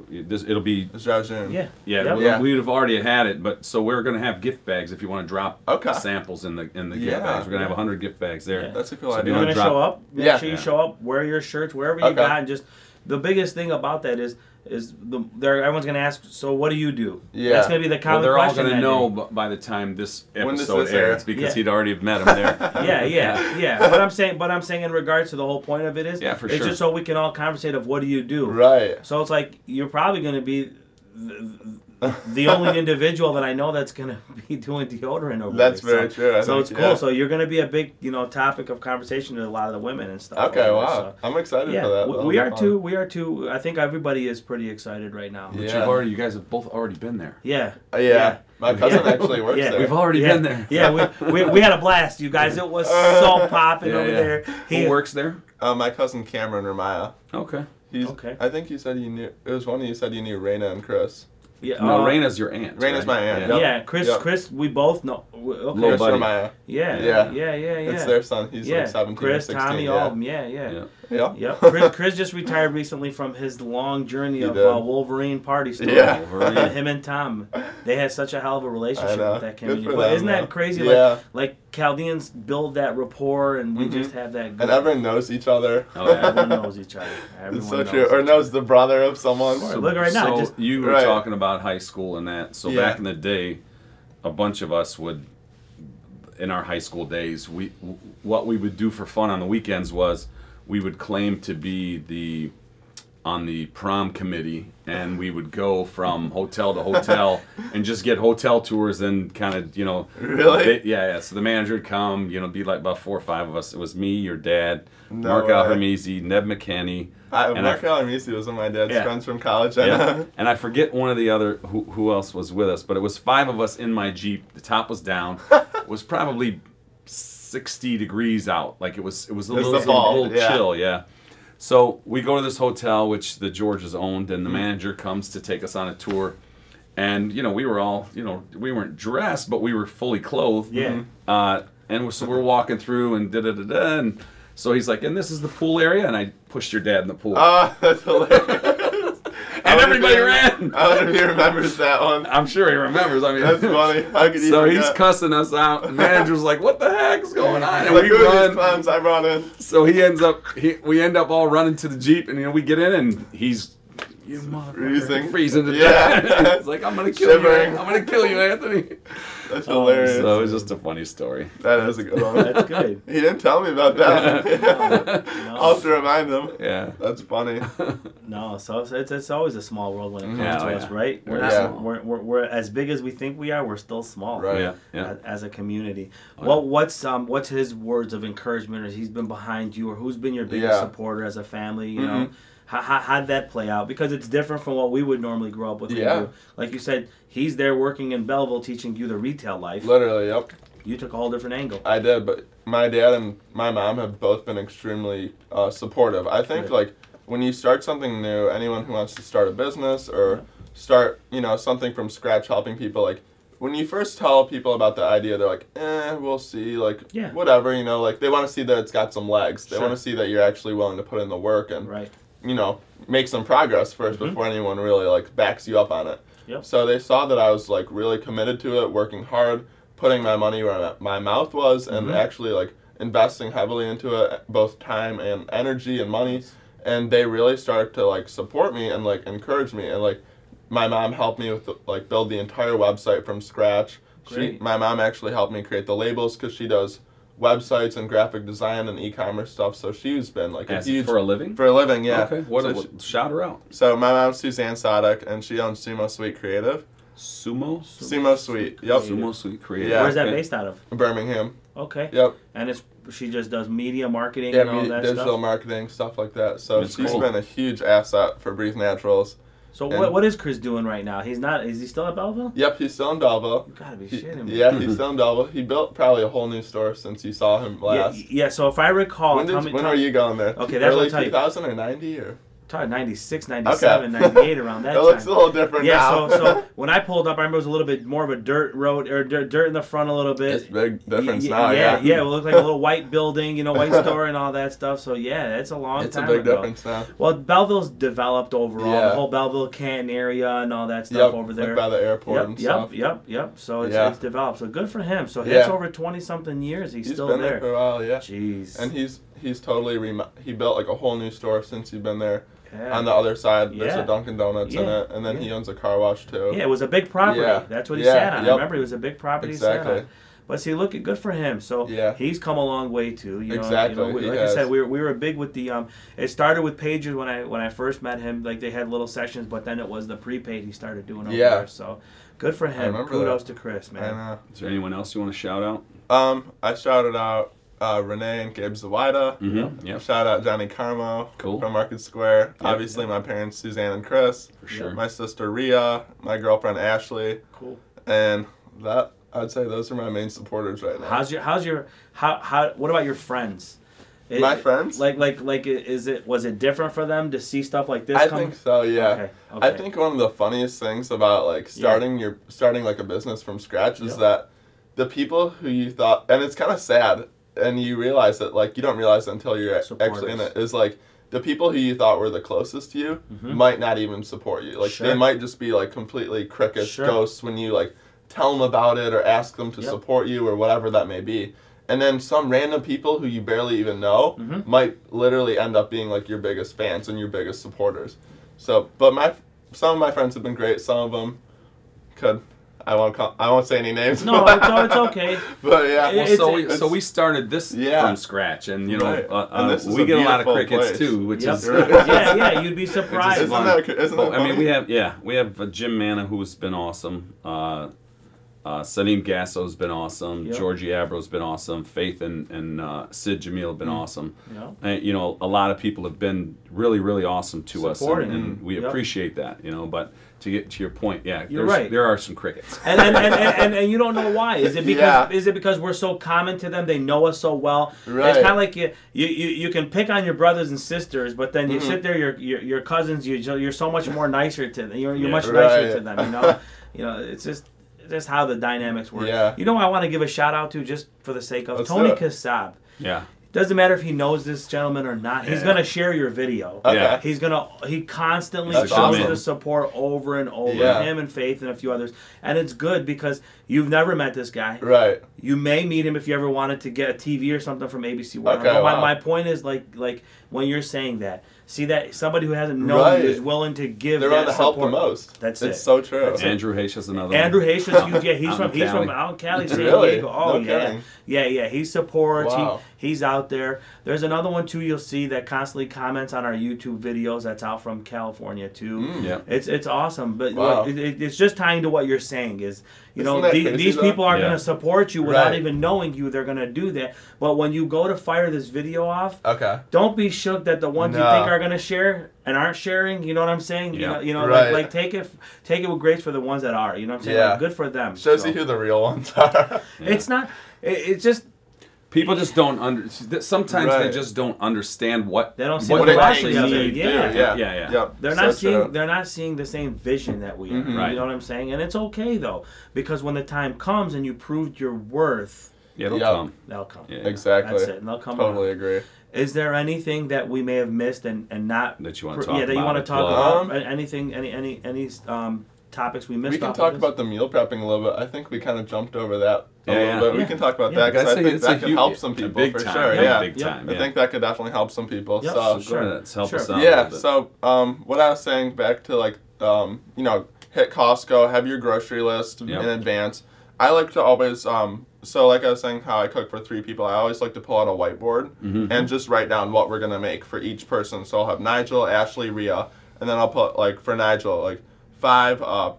Speaker 1: this. It'll be
Speaker 3: It's Rajun.
Speaker 2: some- yeah,
Speaker 1: yeah,
Speaker 2: Yep.
Speaker 1: we-
Speaker 3: Yeah.
Speaker 1: We'd have already had it, but so we're gonna have gift bags if you want to drop
Speaker 3: Okay.
Speaker 1: samples in the in the
Speaker 3: Yeah.
Speaker 1: gift bags. We're gonna have hundred gift bags there.
Speaker 2: Yeah.
Speaker 3: That's a cool
Speaker 1: So
Speaker 2: You're
Speaker 1: Yeah,
Speaker 2: gonna
Speaker 3: idea.
Speaker 1: drop-
Speaker 2: show up. Make
Speaker 3: Yeah.
Speaker 2: sure you
Speaker 1: Yeah.
Speaker 2: show up. Wear your shirts wherever you
Speaker 3: Okay.
Speaker 2: got. And just the biggest thing about that is is the there everyone's gonna ask. So what do you do?
Speaker 3: Yeah.
Speaker 2: that's gonna be the
Speaker 1: Well,
Speaker 2: common
Speaker 1: they're all
Speaker 2: question.
Speaker 1: going to
Speaker 2: that
Speaker 1: know
Speaker 2: day.
Speaker 1: b- by the time this
Speaker 3: When does
Speaker 1: episode
Speaker 3: this air?
Speaker 1: airs because
Speaker 2: Yeah.
Speaker 1: he'd already have met him there.
Speaker 2: Yeah, yeah, yeah. But I'm saying, but I'm saying in regards to the whole point of it is,
Speaker 1: Yeah, for
Speaker 2: it's
Speaker 1: sure.
Speaker 2: just so we can all conversate of what do you do.
Speaker 3: Right.
Speaker 2: So it's like you're probably gonna be. The, the only individual that I know that's gonna be doing deodorant over
Speaker 3: That's
Speaker 2: there.
Speaker 3: very true. I
Speaker 2: so
Speaker 3: think,
Speaker 2: it's cool.
Speaker 3: yeah.
Speaker 2: So you're gonna be a big, you know, topic of conversation to a lot of the women and stuff.
Speaker 3: Okay,
Speaker 2: over there,
Speaker 3: wow.
Speaker 2: so.
Speaker 3: I'm excited
Speaker 2: Yeah,
Speaker 3: for that.
Speaker 2: we-
Speaker 3: That'll
Speaker 2: we
Speaker 3: be
Speaker 2: are
Speaker 3: fun.
Speaker 2: too. We are too. I think everybody is pretty excited right now.
Speaker 1: But
Speaker 3: Yeah.
Speaker 1: you've already, you guys have both already been there.
Speaker 2: Yeah.
Speaker 3: Uh, yeah. My cousin
Speaker 2: Yeah.
Speaker 3: actually works
Speaker 2: Yeah.
Speaker 3: there.
Speaker 1: We've already
Speaker 2: yeah.
Speaker 1: been there.
Speaker 2: Yeah, we, we, we had a blast, you guys. It was so popping
Speaker 1: Yeah,
Speaker 2: over
Speaker 1: yeah.
Speaker 2: there. He-
Speaker 1: Who works there?
Speaker 3: uh, my cousin Cameron Ramaya.
Speaker 1: Okay.
Speaker 3: He's,
Speaker 2: Okay.
Speaker 3: I think you said you knew. It was one of you said you knew Reina and Chris.
Speaker 2: Yeah,
Speaker 1: No,
Speaker 2: uh,
Speaker 1: Raina's your aunt.
Speaker 3: Raina's
Speaker 1: right?
Speaker 3: my aunt,
Speaker 1: Yeah.
Speaker 3: yep.
Speaker 2: Yeah, Chris.
Speaker 3: Yep.
Speaker 2: Chris, we both know. we- Okay.
Speaker 1: Little
Speaker 3: Chris
Speaker 1: buddy.
Speaker 3: Ramaya.
Speaker 2: Yeah.
Speaker 3: Yeah.
Speaker 2: Yeah. Yeah. Yeah. Yeah.
Speaker 3: It's their son. He's
Speaker 2: yeah.
Speaker 3: like 17
Speaker 2: Chris,
Speaker 3: or 16.
Speaker 2: Tommy,
Speaker 3: yeah.
Speaker 2: all of them. Yeah.
Speaker 1: Yeah.
Speaker 2: Yeah.
Speaker 3: Yeah.
Speaker 2: Yep. Chris, Chris just retired recently from his long journey
Speaker 3: He
Speaker 2: of
Speaker 3: did.
Speaker 2: uh, Wolverine party story. Uh,
Speaker 3: Yeah.
Speaker 1: Wolverine.
Speaker 2: him and Tom, they had such a hell of a
Speaker 3: I
Speaker 2: relationship
Speaker 3: know.
Speaker 2: with that
Speaker 3: Good
Speaker 2: community.
Speaker 3: for
Speaker 2: But
Speaker 3: them,
Speaker 2: isn't
Speaker 3: though.
Speaker 2: that crazy?
Speaker 3: Yeah.
Speaker 2: Like, like Chaldeans build that rapport, and we just have that.
Speaker 3: Mm-hmm. And everyone knows each other.
Speaker 1: Oh, yeah.
Speaker 2: everyone knows each other. Everyone
Speaker 3: it's so
Speaker 2: knows
Speaker 3: true. Or
Speaker 2: each
Speaker 3: knows the brother of someone.
Speaker 2: Sure. Look right now,
Speaker 1: So
Speaker 2: just-
Speaker 1: you were
Speaker 3: Right.
Speaker 1: talking about high school and that. So
Speaker 3: Yeah.
Speaker 1: back in the day, a bunch of us would, in our high school days, we w- what we would do for fun on the weekends was we would claim to be the on the prom committee and we would go from hotel to hotel and just get hotel tours and kind of you know
Speaker 3: Really?
Speaker 1: they- yeah yeah so the manager would come you know be like about four or five of us it was me your dad
Speaker 3: No
Speaker 1: mark
Speaker 3: way.
Speaker 1: alhermese neb mckinney
Speaker 3: I,
Speaker 1: and
Speaker 3: Mark Alamisi was one of my dad's
Speaker 1: Yeah.
Speaker 3: friends from college.
Speaker 1: yeah. And I forget one of the other who, who else was with us, but it was five of us in my Jeep. The top was down. it was probably 60 degrees out. Like it was it was a
Speaker 3: It's
Speaker 1: little,
Speaker 3: the fall,
Speaker 1: little
Speaker 3: yeah.
Speaker 1: chill, yeah. So we go to this hotel which the Georges owned
Speaker 3: Mm-hmm.
Speaker 1: and the manager comes to take us on a tour. And you know, we were all, you know, we weren't dressed, but we were fully clothed.
Speaker 2: Yeah.
Speaker 1: Uh, and we're, so we're walking through and da da da da. And so he's like, and this is the pool area. And I pushed your dad in the pool.
Speaker 3: Oh, that's hilarious. I
Speaker 1: and
Speaker 3: wonder if
Speaker 1: everybody
Speaker 3: he-
Speaker 1: ran.
Speaker 3: I wonder if he remembers that one.
Speaker 1: I'm sure he remembers. I mean,
Speaker 3: That's funny. How could he
Speaker 1: so he's
Speaker 3: forget?
Speaker 1: cussing us out. The manager's like, "What the heck's going on?" And
Speaker 3: like,
Speaker 1: we
Speaker 3: who are
Speaker 1: run.
Speaker 3: these clowns I brought in?
Speaker 1: So he ends up. He, we end up all running to the jeep, and you know we get in, and he's you motherfucker,
Speaker 3: Freezing.
Speaker 1: freezing to
Speaker 3: Yeah.
Speaker 1: death. it's like I'm gonna kill
Speaker 3: Shivering.
Speaker 1: you. I'm gonna kill you, Anthony.
Speaker 3: That's hilarious.
Speaker 1: Oh, So it was just a funny story.
Speaker 3: that is a good one.
Speaker 2: other. That's good.
Speaker 3: He didn't tell me about that. I'll have to remind him.
Speaker 1: Yeah.
Speaker 3: That's funny.
Speaker 2: No, so it's, it's, it's always a small world when it comes
Speaker 1: Yeah,
Speaker 2: to
Speaker 1: oh,
Speaker 2: us,
Speaker 1: yeah.
Speaker 2: right? We're,
Speaker 1: Very
Speaker 2: not,
Speaker 3: small.
Speaker 2: we're, we're, we're as big as we think we are. We're still small,
Speaker 3: Right.
Speaker 1: Yeah. Yeah. Oh,
Speaker 2: a- As a community,
Speaker 1: yeah.
Speaker 2: well, what's um, what's his words of encouragement, or he's been behind you, or who's been your biggest
Speaker 3: Yeah. Mm-hmm.
Speaker 2: supporter as a family? You know, how, how how'd that play out? Because it's different from what we would normally grow up with. and
Speaker 3: Yeah.
Speaker 2: do. like you said, he's there working in Belleville, teaching you the retail life.
Speaker 3: Literally, yep.
Speaker 2: You took a whole different angle.
Speaker 3: I did, but my dad and my mom have both been extremely uh, supportive. I think
Speaker 2: Good.
Speaker 3: like when you start something new, anyone who wants to start a business or start you know something from scratch, helping people like when you first tell people about the idea, they're like, eh, we'll see, like,
Speaker 2: Yeah.
Speaker 3: whatever, you know, like they want to see that it's got some legs. They
Speaker 2: Sure.
Speaker 3: want to see that you're actually willing to put in the work and,
Speaker 2: Right.
Speaker 3: you know, make some progress 1st before anyone really like backs you up on it.
Speaker 2: Yep.
Speaker 3: So they saw that I was like really committed to it, working hard, putting my money where my- my mouth was, and
Speaker 2: Mhm.
Speaker 3: actually like investing heavily into it, both time and energy and money. And they really started to like support me and like encourage me and like my mom helped me with like build the entire website from scratch. She,
Speaker 2: Great.
Speaker 3: my mom actually helped me create the labels because she does websites and graphic design and e-commerce stuff. So she's been like a
Speaker 1: As
Speaker 3: huge
Speaker 1: for a living?
Speaker 3: for a living, yeah.
Speaker 1: Okay. What
Speaker 3: so,
Speaker 1: a,
Speaker 3: she-
Speaker 1: shout her out.
Speaker 3: so my mom's Suzanne Sadek, and she owns Sumo Sweet Creative,
Speaker 1: Sumo
Speaker 3: Sumo Sweet, yep.
Speaker 1: Sumo Sweet Creative.
Speaker 3: Yeah.
Speaker 2: Where's that
Speaker 1: Okay.
Speaker 2: based out of?
Speaker 3: Birmingham.
Speaker 2: Okay.
Speaker 3: Yep.
Speaker 2: And it's she just does media marketing
Speaker 3: Yeah,
Speaker 2: and all
Speaker 3: me-
Speaker 2: that
Speaker 3: digital
Speaker 2: stuff.
Speaker 3: marketing stuff like that. So
Speaker 1: That's
Speaker 3: she's
Speaker 1: cool.
Speaker 3: been a huge asset for Breathe Naturals.
Speaker 2: so
Speaker 3: and-
Speaker 2: what what is Chris doing right now? He's not. Is he still at Belleville?
Speaker 3: Yep, he's still in Belleville.
Speaker 2: You gotta be
Speaker 3: He-
Speaker 2: shitting me.
Speaker 3: yeah, he's still in Belleville. He built probably a whole new store since you saw him
Speaker 2: Yeah,
Speaker 3: last.
Speaker 2: yeah, so if I recall,
Speaker 3: when
Speaker 2: tell
Speaker 3: did,
Speaker 2: me,
Speaker 3: when
Speaker 2: tell-
Speaker 3: are you going there?
Speaker 2: Okay, that's what
Speaker 3: Early
Speaker 2: I'll tell you.
Speaker 3: 2000 or 90 or?
Speaker 2: 96, 97, 98, around that
Speaker 3: it looks a
Speaker 2: time.
Speaker 3: little different
Speaker 2: Yeah,
Speaker 3: now.
Speaker 2: so, so when I pulled up, I remember it was a little bit more of a dirt road or dirt, dirt in the front a little bit.
Speaker 3: it's big difference
Speaker 2: Y-
Speaker 3: now.
Speaker 2: yeah,
Speaker 3: Yeah,
Speaker 2: yeah, It looked like a little white building, you know, white store and all that stuff. So yeah, that's a long
Speaker 3: it's a
Speaker 2: time
Speaker 3: big
Speaker 2: ago.
Speaker 3: difference now.
Speaker 2: Well, Belleville's developed overall.
Speaker 3: Yeah.
Speaker 2: The whole Belleville Canton area and all that
Speaker 3: Yep,
Speaker 2: stuff over
Speaker 3: like
Speaker 2: there.
Speaker 3: by the airport
Speaker 2: Yep,
Speaker 3: and
Speaker 2: yep,
Speaker 3: stuff.
Speaker 2: yep, yep. So it's,
Speaker 3: Yeah.
Speaker 2: it's developed. So good for him. So
Speaker 3: Yeah.
Speaker 2: it's over twenty something years. He's,
Speaker 3: He's
Speaker 2: still
Speaker 3: been
Speaker 2: there.
Speaker 3: for a while, yeah.
Speaker 2: Jeez.
Speaker 3: And he's he's totally remo- he built like a whole new store since you've been there.
Speaker 2: yeah.
Speaker 3: On the other side, there's
Speaker 2: Yeah.
Speaker 3: a Dunkin' Donuts in
Speaker 2: Yeah.
Speaker 3: it, and then he
Speaker 2: Yeah.
Speaker 3: owns a car wash too.
Speaker 2: yeah, it was a big property.
Speaker 3: Yeah.
Speaker 2: That's what he
Speaker 3: Yeah,
Speaker 2: sat on. I
Speaker 3: yep.
Speaker 2: remember he was a big property he sat
Speaker 3: Exactly.
Speaker 2: on. But see, look, at good for him. So
Speaker 3: Yeah.
Speaker 2: he's come a long way too. You know,
Speaker 3: Exactly,
Speaker 2: You know, we-
Speaker 3: he
Speaker 2: like
Speaker 3: has.
Speaker 2: I said, we were, we were big with the. Um, it started with pagers when I when I first met him. Like they had little sessions, but then it was the prepaid he started doing over
Speaker 3: Yeah.
Speaker 2: there. So good for him.
Speaker 3: remember
Speaker 2: Kudos to Chris,
Speaker 3: I
Speaker 2: man.
Speaker 3: know.
Speaker 1: Is there anyone else you want to shout out?
Speaker 3: Um, I shouted out uh, Renee and Gabe Zawida.
Speaker 1: Mm-hmm. Yep.
Speaker 3: Shout out Johnny Carmo
Speaker 1: Cool.
Speaker 3: from Market Square. Obviously, my parents Suzanne and Chris.
Speaker 1: For sure.
Speaker 3: My sister Rhea, my girlfriend Ashley,
Speaker 2: Cool.
Speaker 3: and that I'd say those are my main supporters right now.
Speaker 2: How's your how's your how how what about your friends? It-
Speaker 3: My friends?
Speaker 2: Like like like i- is it was it different for them to see stuff like this?
Speaker 3: I
Speaker 2: come-
Speaker 3: think so. Yeah.
Speaker 2: Okay,
Speaker 3: I
Speaker 2: okay.
Speaker 3: think one of the funniest things about like starting your starting like a business from scratch is
Speaker 2: Yeah.
Speaker 3: that the people who you thought and it's kind of sad and you realize it like you don't realize it until you're actually in
Speaker 2: Supporters.
Speaker 3: it is like the people who you thought were the closest to you might not even support you. Like they
Speaker 2: Mm-hmm. Sure.
Speaker 3: might just be like completely crickets
Speaker 2: Sure.
Speaker 3: ghosts when you like tell them about it or ask them to
Speaker 2: Yep.
Speaker 3: support you or whatever that may be. And then some random people who you barely even know
Speaker 2: Mhm.
Speaker 3: might literally end up being like your biggest fans and your biggest supporters. So, but my some of my friends have been great. Some of them could I won't call, I won't say any names.
Speaker 2: No, it's, no, it's okay.
Speaker 3: But yeah,
Speaker 1: Well,
Speaker 2: It's-
Speaker 1: so, we, so
Speaker 3: it's-
Speaker 1: we started this
Speaker 3: Yeah.
Speaker 1: from scratch, and you know,
Speaker 3: Right.
Speaker 1: uh, uh,
Speaker 3: And this is
Speaker 1: we
Speaker 3: a
Speaker 1: get a lot of
Speaker 3: beautiful
Speaker 1: crickets
Speaker 3: place.
Speaker 1: too, which
Speaker 2: Yep.
Speaker 1: is
Speaker 2: yeah, yeah, you'd be surprised.
Speaker 3: Isn't that- isn't
Speaker 1: But, I
Speaker 3: that
Speaker 1: mean,
Speaker 3: funny?
Speaker 1: we have yeah, we have uh, Jim Manna who's been awesome. Uh, uh, Salim Gasso's been awesome.
Speaker 2: Yep.
Speaker 1: Georgie Abro's been awesome. Faith and and uh, Sid Jamil have been
Speaker 2: Mm.
Speaker 1: awesome.
Speaker 2: you know?
Speaker 1: And, you know, a lot of people have been really, really awesome to us, and,
Speaker 2: Supporting.
Speaker 1: and we
Speaker 2: Yep.
Speaker 1: appreciate that. You know, but to get to your point, yeah,
Speaker 2: You're
Speaker 1: there's-
Speaker 2: right.
Speaker 1: There are some crickets.
Speaker 2: and, and, and, and, and, and you don't know why. Is it because
Speaker 3: Yeah.
Speaker 2: is it because we're so common to them? They know us so well.
Speaker 3: Right.
Speaker 2: It's kind of like you, you you you can pick on your brothers and sisters, but then
Speaker 3: Mm-hmm.
Speaker 2: you sit there, your your, your cousins, you ju- you're so much more nicer to them. You're, you're
Speaker 1: Yeah.
Speaker 2: much
Speaker 3: Right.
Speaker 2: nicer to them. You know, you know. It's just it's just how the dynamics work.
Speaker 3: Yeah.
Speaker 2: You know, who I want to give a shout out to just for the sake of
Speaker 3: Let's
Speaker 2: Tony
Speaker 3: do it.
Speaker 2: Kassab.
Speaker 1: yeah,
Speaker 2: Doesn't matter if he knows this gentleman or not. He's
Speaker 1: Yeah.
Speaker 2: gonna share your video.
Speaker 3: Okay.
Speaker 1: Yeah.
Speaker 2: He's gonna he constantly
Speaker 3: That's
Speaker 2: shows
Speaker 1: awesome.
Speaker 2: the support over and over
Speaker 3: Yeah.
Speaker 2: him and Faith and a few others, and it's good because you've never met this guy.
Speaker 3: right.
Speaker 2: You may meet him if you ever wanted to get a TV or something from ABC. Whatever.
Speaker 3: Okay,
Speaker 2: but my,
Speaker 3: wow.
Speaker 2: my point is like like when you're saying that, see that somebody who hasn't known
Speaker 3: Right.
Speaker 2: you is willing to give.
Speaker 3: They're
Speaker 2: that
Speaker 3: on the help the
Speaker 2: support.
Speaker 3: most.
Speaker 2: That's
Speaker 3: it's
Speaker 2: it.
Speaker 3: so true.
Speaker 2: That's it.
Speaker 1: Andrew Heche is another.
Speaker 2: Andrew
Speaker 1: one.
Speaker 2: Hayes, just- yeah, he's
Speaker 1: Out
Speaker 2: from
Speaker 1: in
Speaker 2: he's from
Speaker 1: Cali.
Speaker 2: out in Cali, San
Speaker 3: Really?
Speaker 2: Diego. Oh
Speaker 3: No
Speaker 2: yeah,
Speaker 3: kidding.
Speaker 2: yeah, yeah. He supports.
Speaker 3: Wow.
Speaker 2: He, he's out there. There's another one too. You'll see that constantly comments on our YouTube videos. That's out from California too.
Speaker 1: Yeah.
Speaker 2: It's it's awesome, but
Speaker 3: Mm. Wow.
Speaker 2: what- it, it- it's just tying to what you're saying is, you
Speaker 3: Isn't
Speaker 2: know,
Speaker 3: that
Speaker 2: the,
Speaker 3: crazy,
Speaker 2: these
Speaker 3: though?
Speaker 2: people are
Speaker 1: Yeah.
Speaker 2: going to support you without
Speaker 3: Right.
Speaker 2: even knowing you. They're going to do that. But when you go to fire this video off,
Speaker 3: Okay.
Speaker 2: don't be shook that the ones you
Speaker 3: No.
Speaker 2: think are going to share and aren't sharing. You know what I'm saying? You
Speaker 1: Yeah.
Speaker 2: know, you know,
Speaker 3: Right.
Speaker 2: like, like take it, take it with grace for the ones that are. You know what I'm saying?
Speaker 3: Yeah.
Speaker 2: Like, good for them.
Speaker 3: Shows
Speaker 2: so.
Speaker 3: you who the real ones are.
Speaker 2: It's not. It, it's just.
Speaker 1: People just don't under. Sometimes they
Speaker 3: Right.
Speaker 1: just don't understand what
Speaker 2: They don't see
Speaker 1: what
Speaker 2: what
Speaker 1: they
Speaker 2: it
Speaker 1: actually
Speaker 2: takes.
Speaker 1: need.
Speaker 2: Yeah.
Speaker 3: yeah,
Speaker 1: Yeah, yeah,
Speaker 3: yeah,
Speaker 1: yeah.
Speaker 3: Yep.
Speaker 2: They're
Speaker 3: So
Speaker 2: not
Speaker 3: it's,
Speaker 2: seeing
Speaker 3: uh,
Speaker 2: they're not seeing the same vision that we are.
Speaker 1: Right.
Speaker 2: You know what I'm saying? And it's okay though, because when the time comes and you proved your worth,
Speaker 1: Yeah, it'll
Speaker 3: Yeah.
Speaker 1: come.
Speaker 2: they'll come.
Speaker 1: Yeah,
Speaker 3: exactly.
Speaker 2: That's it, and they'll come. around.
Speaker 3: Totally agree.
Speaker 2: Is there anything that we may have missed and, and not
Speaker 1: That you wanna
Speaker 2: pr-
Speaker 1: talk
Speaker 2: Yeah, that you
Speaker 1: about
Speaker 2: want
Speaker 1: or
Speaker 2: to talk
Speaker 1: plug?
Speaker 2: about? A- anything? Any any any um, topics we missed?
Speaker 3: We can
Speaker 2: off
Speaker 3: talk
Speaker 2: of this?
Speaker 3: about the meal prepping a little bit. I think we kind of jumped over that a
Speaker 1: Yeah, yeah.
Speaker 3: little bit.
Speaker 2: Yeah.
Speaker 3: We can talk about
Speaker 2: Yeah.
Speaker 3: that 'cause
Speaker 1: I'd say
Speaker 3: I think
Speaker 1: it's a
Speaker 3: that could
Speaker 1: huge-
Speaker 3: help some
Speaker 1: a
Speaker 3: people
Speaker 1: big
Speaker 3: for
Speaker 1: time,
Speaker 3: sure.
Speaker 1: yeah,
Speaker 3: Yeah,
Speaker 1: big
Speaker 2: yeah.
Speaker 1: time. Yeah. Oh,
Speaker 3: I think that could definitely help some people.
Speaker 2: Yep.
Speaker 3: So,
Speaker 1: So
Speaker 2: Sure.
Speaker 1: go ahead, help us
Speaker 2: Sure.
Speaker 1: out. a
Speaker 3: yeah.
Speaker 1: little bit.
Speaker 3: So, um, what I was saying back to like, um, you know, hit Costco, have your grocery list
Speaker 1: Yep.
Speaker 3: in advance. I like to always, um, so like I was saying, how I cook for three people, I always like to pull out a whiteboard
Speaker 1: Mm-hmm.
Speaker 3: and just write down what we're gonna make for each person. So I'll have Nigel, Ashley, Rhea, and then I'll put like for Nigel, like five uh,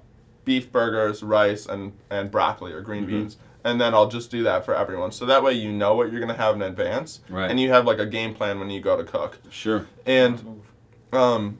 Speaker 3: beef burgers, rice, and and broccoli or
Speaker 1: Mm-hmm.
Speaker 3: green beans. And then I'll just do that for everyone. So that way you know what you're gonna have in advance,
Speaker 1: Right.
Speaker 3: and you have like a game plan when you go to cook.
Speaker 1: sure.
Speaker 3: And um,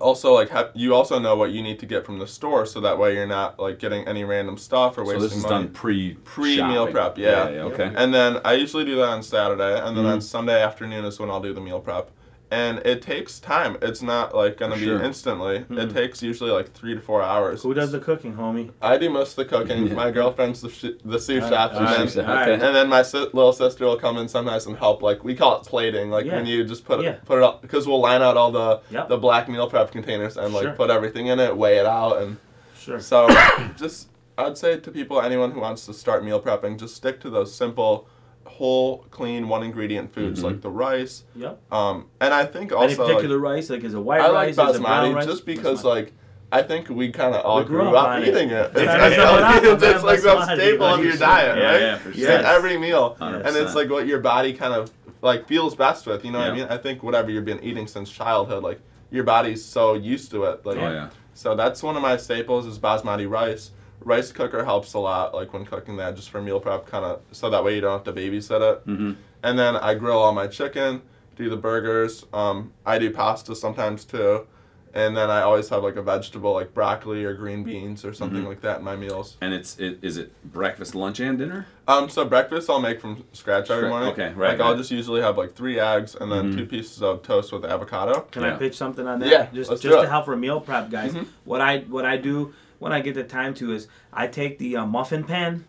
Speaker 3: also like ha- you also know what you need to get from the store, so that way you're not like getting any random stuff or
Speaker 1: So
Speaker 3: wasting
Speaker 1: this is
Speaker 3: money.
Speaker 1: done pre
Speaker 3: Pre-meal
Speaker 1: shopping.
Speaker 3: prep,
Speaker 1: yeah.
Speaker 3: yeah.
Speaker 1: Okay.
Speaker 3: And then I usually do that on Saturday, and then
Speaker 1: Mm-hmm.
Speaker 3: on Sunday afternoon is when I'll do the meal prep. And it takes time. It's not like gonna
Speaker 1: For sure. Mm-hmm.
Speaker 3: be instantly. It takes usually like three to four hours.
Speaker 2: who does the cooking, homie.
Speaker 3: I do most of the cooking.
Speaker 1: Yeah.
Speaker 3: My girlfriend's the, sh- the sous
Speaker 2: All right,
Speaker 3: chef,
Speaker 2: all
Speaker 3: and
Speaker 2: right,
Speaker 1: Sous chef,
Speaker 3: then,
Speaker 2: all right.
Speaker 1: okay.
Speaker 3: and then my si- little sister will come in sometimes and help. Like we call it plating. Like when
Speaker 2: Yeah.
Speaker 3: you just put
Speaker 2: Yeah.
Speaker 3: it put it up because we'll line out all the
Speaker 2: Yep.
Speaker 3: the black meal prep containers and like
Speaker 2: Sure.
Speaker 3: put everything in it, weigh it out, and
Speaker 2: Sure.
Speaker 3: so just I'd say to people, anyone who wants to start meal prepping, just stick to those simple, whole, clean, one ingredient foods
Speaker 1: Mhm.
Speaker 3: like the rice.
Speaker 2: Yep.
Speaker 3: Um, and I think
Speaker 2: Any
Speaker 3: also like,
Speaker 2: particular rice? Like, is it white
Speaker 3: I like
Speaker 2: rice? is it brown
Speaker 3: basmati
Speaker 2: rice?
Speaker 3: just because
Speaker 2: Basmati.
Speaker 3: like I think we kind of all
Speaker 2: We grew
Speaker 3: grew,
Speaker 2: up on
Speaker 3: up
Speaker 2: it.
Speaker 3: eating it. It's,
Speaker 2: Yeah,
Speaker 3: it's
Speaker 2: yeah,
Speaker 3: like-
Speaker 2: yeah.
Speaker 3: it's like
Speaker 2: Basmati,
Speaker 3: the staple of your
Speaker 2: basmati.
Speaker 3: diet,
Speaker 1: Yeah,
Speaker 3: right?
Speaker 1: yeah, for
Speaker 3: It's
Speaker 1: sure.
Speaker 3: in every meal,
Speaker 1: Hundred
Speaker 3: and it's
Speaker 1: percent.
Speaker 3: like what your body kind of like feels best with. You know what
Speaker 1: Yeah.
Speaker 3: I mean? I think whatever you've been eating since childhood, like your body's so used to it. Like,
Speaker 1: Oh, yeah.
Speaker 3: So that's one of my staples is basmati rice. Rice cooker helps a lot, like when cooking that, just for meal prep, kind of so that way you don't have to babysit it
Speaker 1: hmm
Speaker 3: and then I grill all my chicken, do the burgers. Um, I do pasta sometimes too, and then I always have like a vegetable like broccoli or green beans or something
Speaker 2: Mm-hmm.
Speaker 3: like that in my meals.
Speaker 1: And it's it, is it breakfast, lunch, and dinner?
Speaker 3: Um, so breakfast I'll make from scratch every
Speaker 1: Sure.
Speaker 3: morning.
Speaker 1: Okay, right,
Speaker 3: Like
Speaker 1: right.
Speaker 3: I'll just usually have like three eggs and then
Speaker 2: Mm-hmm.
Speaker 3: two pieces of toast with avocado.
Speaker 2: Can
Speaker 1: Yeah.
Speaker 2: I pitch something on that?
Speaker 3: Yeah,
Speaker 2: just just
Speaker 3: let's do
Speaker 2: to
Speaker 3: it. Mm-hmm.
Speaker 2: help for meal prep, guys. What I what I do when I get the time to is I take the uh, muffin pan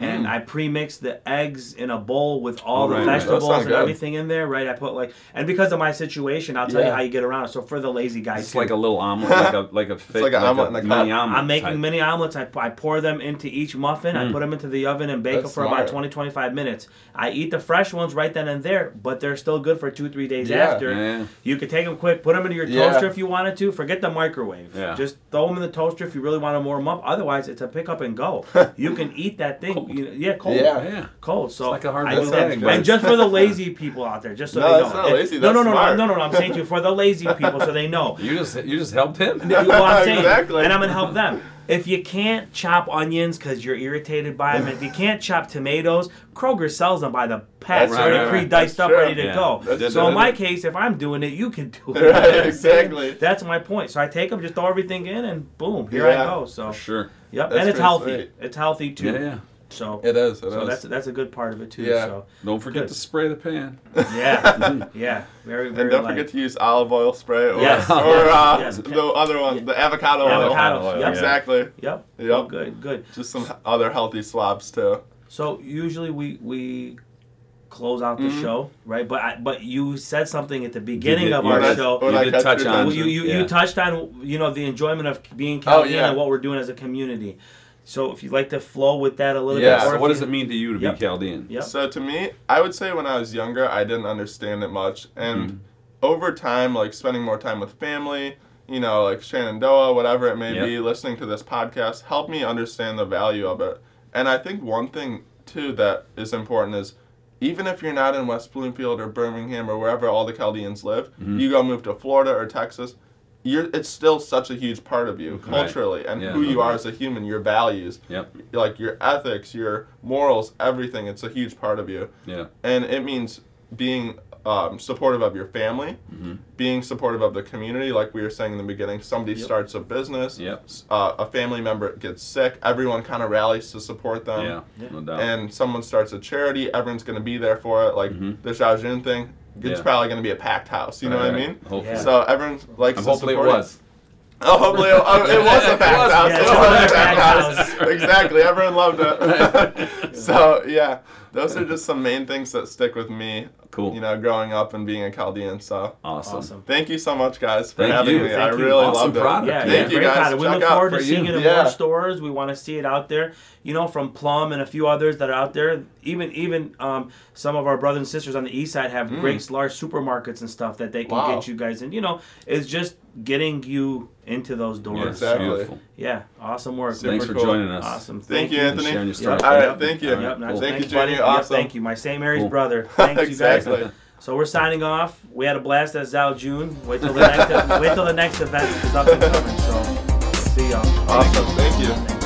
Speaker 2: and
Speaker 3: Mm.
Speaker 2: I pre-mix the eggs in a bowl with all
Speaker 1: Right,
Speaker 2: the
Speaker 1: right. That
Speaker 2: vegetables
Speaker 3: sounds
Speaker 2: and
Speaker 3: good.
Speaker 2: everything in there, right? I put like and because of my situation, I'll tell you
Speaker 3: Yeah.
Speaker 2: how you get around it. So for the lazy guys,
Speaker 1: It's like a little omelet, like a like a fit,
Speaker 3: like an omelet in a
Speaker 1: mini
Speaker 3: cup.
Speaker 1: omelet.
Speaker 2: I'm making
Speaker 1: type.
Speaker 2: mini omelets. I, I pour them into each muffin. I put them into the oven and bake
Speaker 3: That's
Speaker 2: them for about
Speaker 3: smart.
Speaker 2: 20, 25 minutes. I eat the fresh ones right then and there, but they're still good for two, three days
Speaker 3: Yeah.
Speaker 2: after.
Speaker 1: Yeah.
Speaker 2: You could take them quick, put them into your
Speaker 3: Yeah.
Speaker 2: toaster if you wanted to. Forget the microwave.
Speaker 1: Yeah.
Speaker 2: Just throw them in the toaster if you really want to warm up. Otherwise, it's a pick up and go. you can eat that thing.
Speaker 1: Cold.
Speaker 2: You- yeah, cold.
Speaker 3: Yeah.
Speaker 1: Yeah.
Speaker 2: Cold, so
Speaker 1: like a hard
Speaker 2: I
Speaker 1: boiled
Speaker 2: do that.
Speaker 1: egg,
Speaker 3: but
Speaker 2: and
Speaker 3: it's-
Speaker 2: just for the lazy people out there, just so
Speaker 3: No,
Speaker 2: they know,
Speaker 3: that's not lazy,
Speaker 2: no,
Speaker 3: that's
Speaker 2: no, no,
Speaker 3: smart.
Speaker 2: no, no, no, I'm saying to you for the lazy people, so they know.
Speaker 1: You just you just helped him.
Speaker 2: You know what I'm saying?
Speaker 3: Exactly.
Speaker 2: And I'm gonna help them. If you can't chop onions because you're irritated by them, if you can't chop tomatoes, Kroger sells them by the packs
Speaker 1: That's
Speaker 2: already
Speaker 1: right, right.
Speaker 2: pre-diced
Speaker 3: That's
Speaker 2: up,
Speaker 3: true.
Speaker 2: ready to
Speaker 1: Yeah.
Speaker 2: go.
Speaker 1: That's-
Speaker 2: so in my
Speaker 1: that's-
Speaker 2: case, if I'm doing it, you can do it.
Speaker 3: Right, exactly.
Speaker 2: That's my point. So I take them, just throw everything in, and boom, here I
Speaker 3: Yeah.
Speaker 2: go. So
Speaker 1: For sure.
Speaker 2: yep,
Speaker 3: That's
Speaker 2: and it's
Speaker 3: pretty
Speaker 2: healthy.
Speaker 3: sweet.
Speaker 2: It's healthy too.
Speaker 1: Yeah, yeah.
Speaker 2: So
Speaker 3: It is. It
Speaker 2: so
Speaker 3: is.
Speaker 2: that's that's a good part of it too.
Speaker 3: Yeah.
Speaker 2: So
Speaker 1: Don't forget
Speaker 2: Good.
Speaker 1: to spray the pan.
Speaker 2: yeah, yeah, very very.
Speaker 3: and don't
Speaker 2: light.
Speaker 3: forget to use olive oil spray or,
Speaker 2: Yes,
Speaker 3: or
Speaker 2: yes,
Speaker 3: uh,
Speaker 2: yes.
Speaker 3: the other one, the avocado,
Speaker 2: Avocado,
Speaker 3: oil.
Speaker 2: yep.
Speaker 3: Exactly.
Speaker 2: Yep.
Speaker 3: Yep.
Speaker 2: Good. Good.
Speaker 3: Just some other healthy swabs too.
Speaker 2: So usually we we close out the
Speaker 3: Mhm.
Speaker 2: show, right? But I, but you said something at the beginning
Speaker 1: did,
Speaker 2: of
Speaker 1: you
Speaker 2: our
Speaker 1: did.
Speaker 2: show.
Speaker 3: Or
Speaker 1: you
Speaker 3: like
Speaker 1: did
Speaker 3: cut
Speaker 1: touch
Speaker 3: through
Speaker 1: on.
Speaker 2: Well, you you,
Speaker 1: yeah.
Speaker 2: you touched on you know the enjoyment of being
Speaker 3: Oh,
Speaker 2: Chaldean
Speaker 3: yeah.
Speaker 2: and what we're doing as a community. So if you'd like to flow with that a little
Speaker 3: Yeah,
Speaker 2: bit,
Speaker 1: So
Speaker 2: more,
Speaker 1: what
Speaker 2: if
Speaker 1: does
Speaker 2: you-
Speaker 1: it mean to you to
Speaker 2: Yep.
Speaker 1: be Chaldean?
Speaker 2: Yep.
Speaker 3: So to me, I would say when I was younger, I didn't understand it much, and over time, like spending more time with family, you know, like Shenandoah, whatever it may
Speaker 1: Yep.
Speaker 3: be, listening to this podcast helped me understand the value of it. And I think one thing too that is important is even if you're not in West Bloomfield or Birmingham or wherever all the Chaldeans live, you go move to Florida or Texas. You're, it's still such a huge part of you culturally and
Speaker 1: Yeah.
Speaker 3: who you are as a human, your values,
Speaker 1: Yep.
Speaker 3: like your ethics, your morals, everything. It's a huge part of you.
Speaker 1: Yeah.
Speaker 3: And it means being um, supportive of your family,
Speaker 1: Mm-hmm.
Speaker 3: being supportive of the community, like we were saying in the beginning. Somebody
Speaker 2: Yep.
Speaker 3: starts a business,
Speaker 1: Yep.
Speaker 3: s- uh, a family member gets sick, everyone kind of rallies to support them
Speaker 1: yeah, no doubt.
Speaker 3: Um, and someone starts a charity, everyone's going to be there for it. Like the Xiaojun thing, it's
Speaker 1: Mm-hmm. Yeah.
Speaker 3: probably going to be a packed house. You know
Speaker 1: Right,
Speaker 3: what I
Speaker 1: right.
Speaker 3: mean?
Speaker 1: Hopefully.
Speaker 2: Yeah.
Speaker 3: So everyone likes.
Speaker 1: I'm
Speaker 3: to
Speaker 1: hopefully it
Speaker 3: support
Speaker 1: was.
Speaker 3: Oh, hopefully it, oh, it was
Speaker 1: Yeah,
Speaker 3: a
Speaker 1: it
Speaker 3: packed
Speaker 1: was.
Speaker 3: house.
Speaker 2: Yeah,
Speaker 3: it
Speaker 2: it's
Speaker 3: was
Speaker 2: always
Speaker 3: a packed
Speaker 2: packed
Speaker 3: house.
Speaker 1: house.
Speaker 3: exactly. Everyone loved
Speaker 1: Right.
Speaker 3: it. so yeah, those are just some main things that stick with me.
Speaker 1: Cool.
Speaker 3: You know, growing up and being a Chaldean. So
Speaker 1: Awesome.
Speaker 2: Awesome.
Speaker 3: thank you so much, guys, for
Speaker 1: Thank
Speaker 3: having
Speaker 1: you.
Speaker 3: me.
Speaker 1: Thank
Speaker 3: I
Speaker 2: you.
Speaker 3: really
Speaker 1: Awesome
Speaker 3: loved it.
Speaker 1: product.
Speaker 2: Yeah,
Speaker 1: Thank
Speaker 2: yeah,
Speaker 1: you,
Speaker 2: great
Speaker 3: guys.
Speaker 2: product. We
Speaker 3: Check
Speaker 2: look
Speaker 3: out
Speaker 2: forward to
Speaker 1: for
Speaker 2: seeing
Speaker 1: you.
Speaker 2: it in
Speaker 3: Yeah.
Speaker 2: more stores. We want to see it out there. You know, from Plum and a few others that are out there. Even even um, some of our brothers and sisters on the east side have great large supermarkets and stuff that they can
Speaker 3: Mm. Wow.
Speaker 2: get you guys in. You know, it's just getting you into those doors.
Speaker 1: Yeah,
Speaker 2: Yeah,
Speaker 1: it's
Speaker 3: Exactly.
Speaker 1: beautiful.
Speaker 2: awesome work.
Speaker 3: Super
Speaker 1: Thanks for
Speaker 3: cool.
Speaker 1: joining us.
Speaker 2: Awesome.
Speaker 3: Thank you,
Speaker 1: And
Speaker 3: Anthony.
Speaker 1: sharing your story.
Speaker 2: Yep.
Speaker 3: All right,
Speaker 1: Yep.
Speaker 3: thank you.
Speaker 1: All
Speaker 2: Yep,
Speaker 1: right,
Speaker 2: nice.
Speaker 1: cool.
Speaker 3: Thank you,
Speaker 2: Thanks, buddy.
Speaker 3: Junior.
Speaker 2: Yep,
Speaker 3: Awesome.
Speaker 2: thank you. My St. Mary's
Speaker 1: Cool.
Speaker 2: brother. Thanks, you
Speaker 3: Exactly.
Speaker 2: guys. So we're signing off. We had a blast at Zao June. Wait till the next wait till the next event is up and coming. So see y'all.
Speaker 3: Awesome. Thank you.
Speaker 2: Thanks.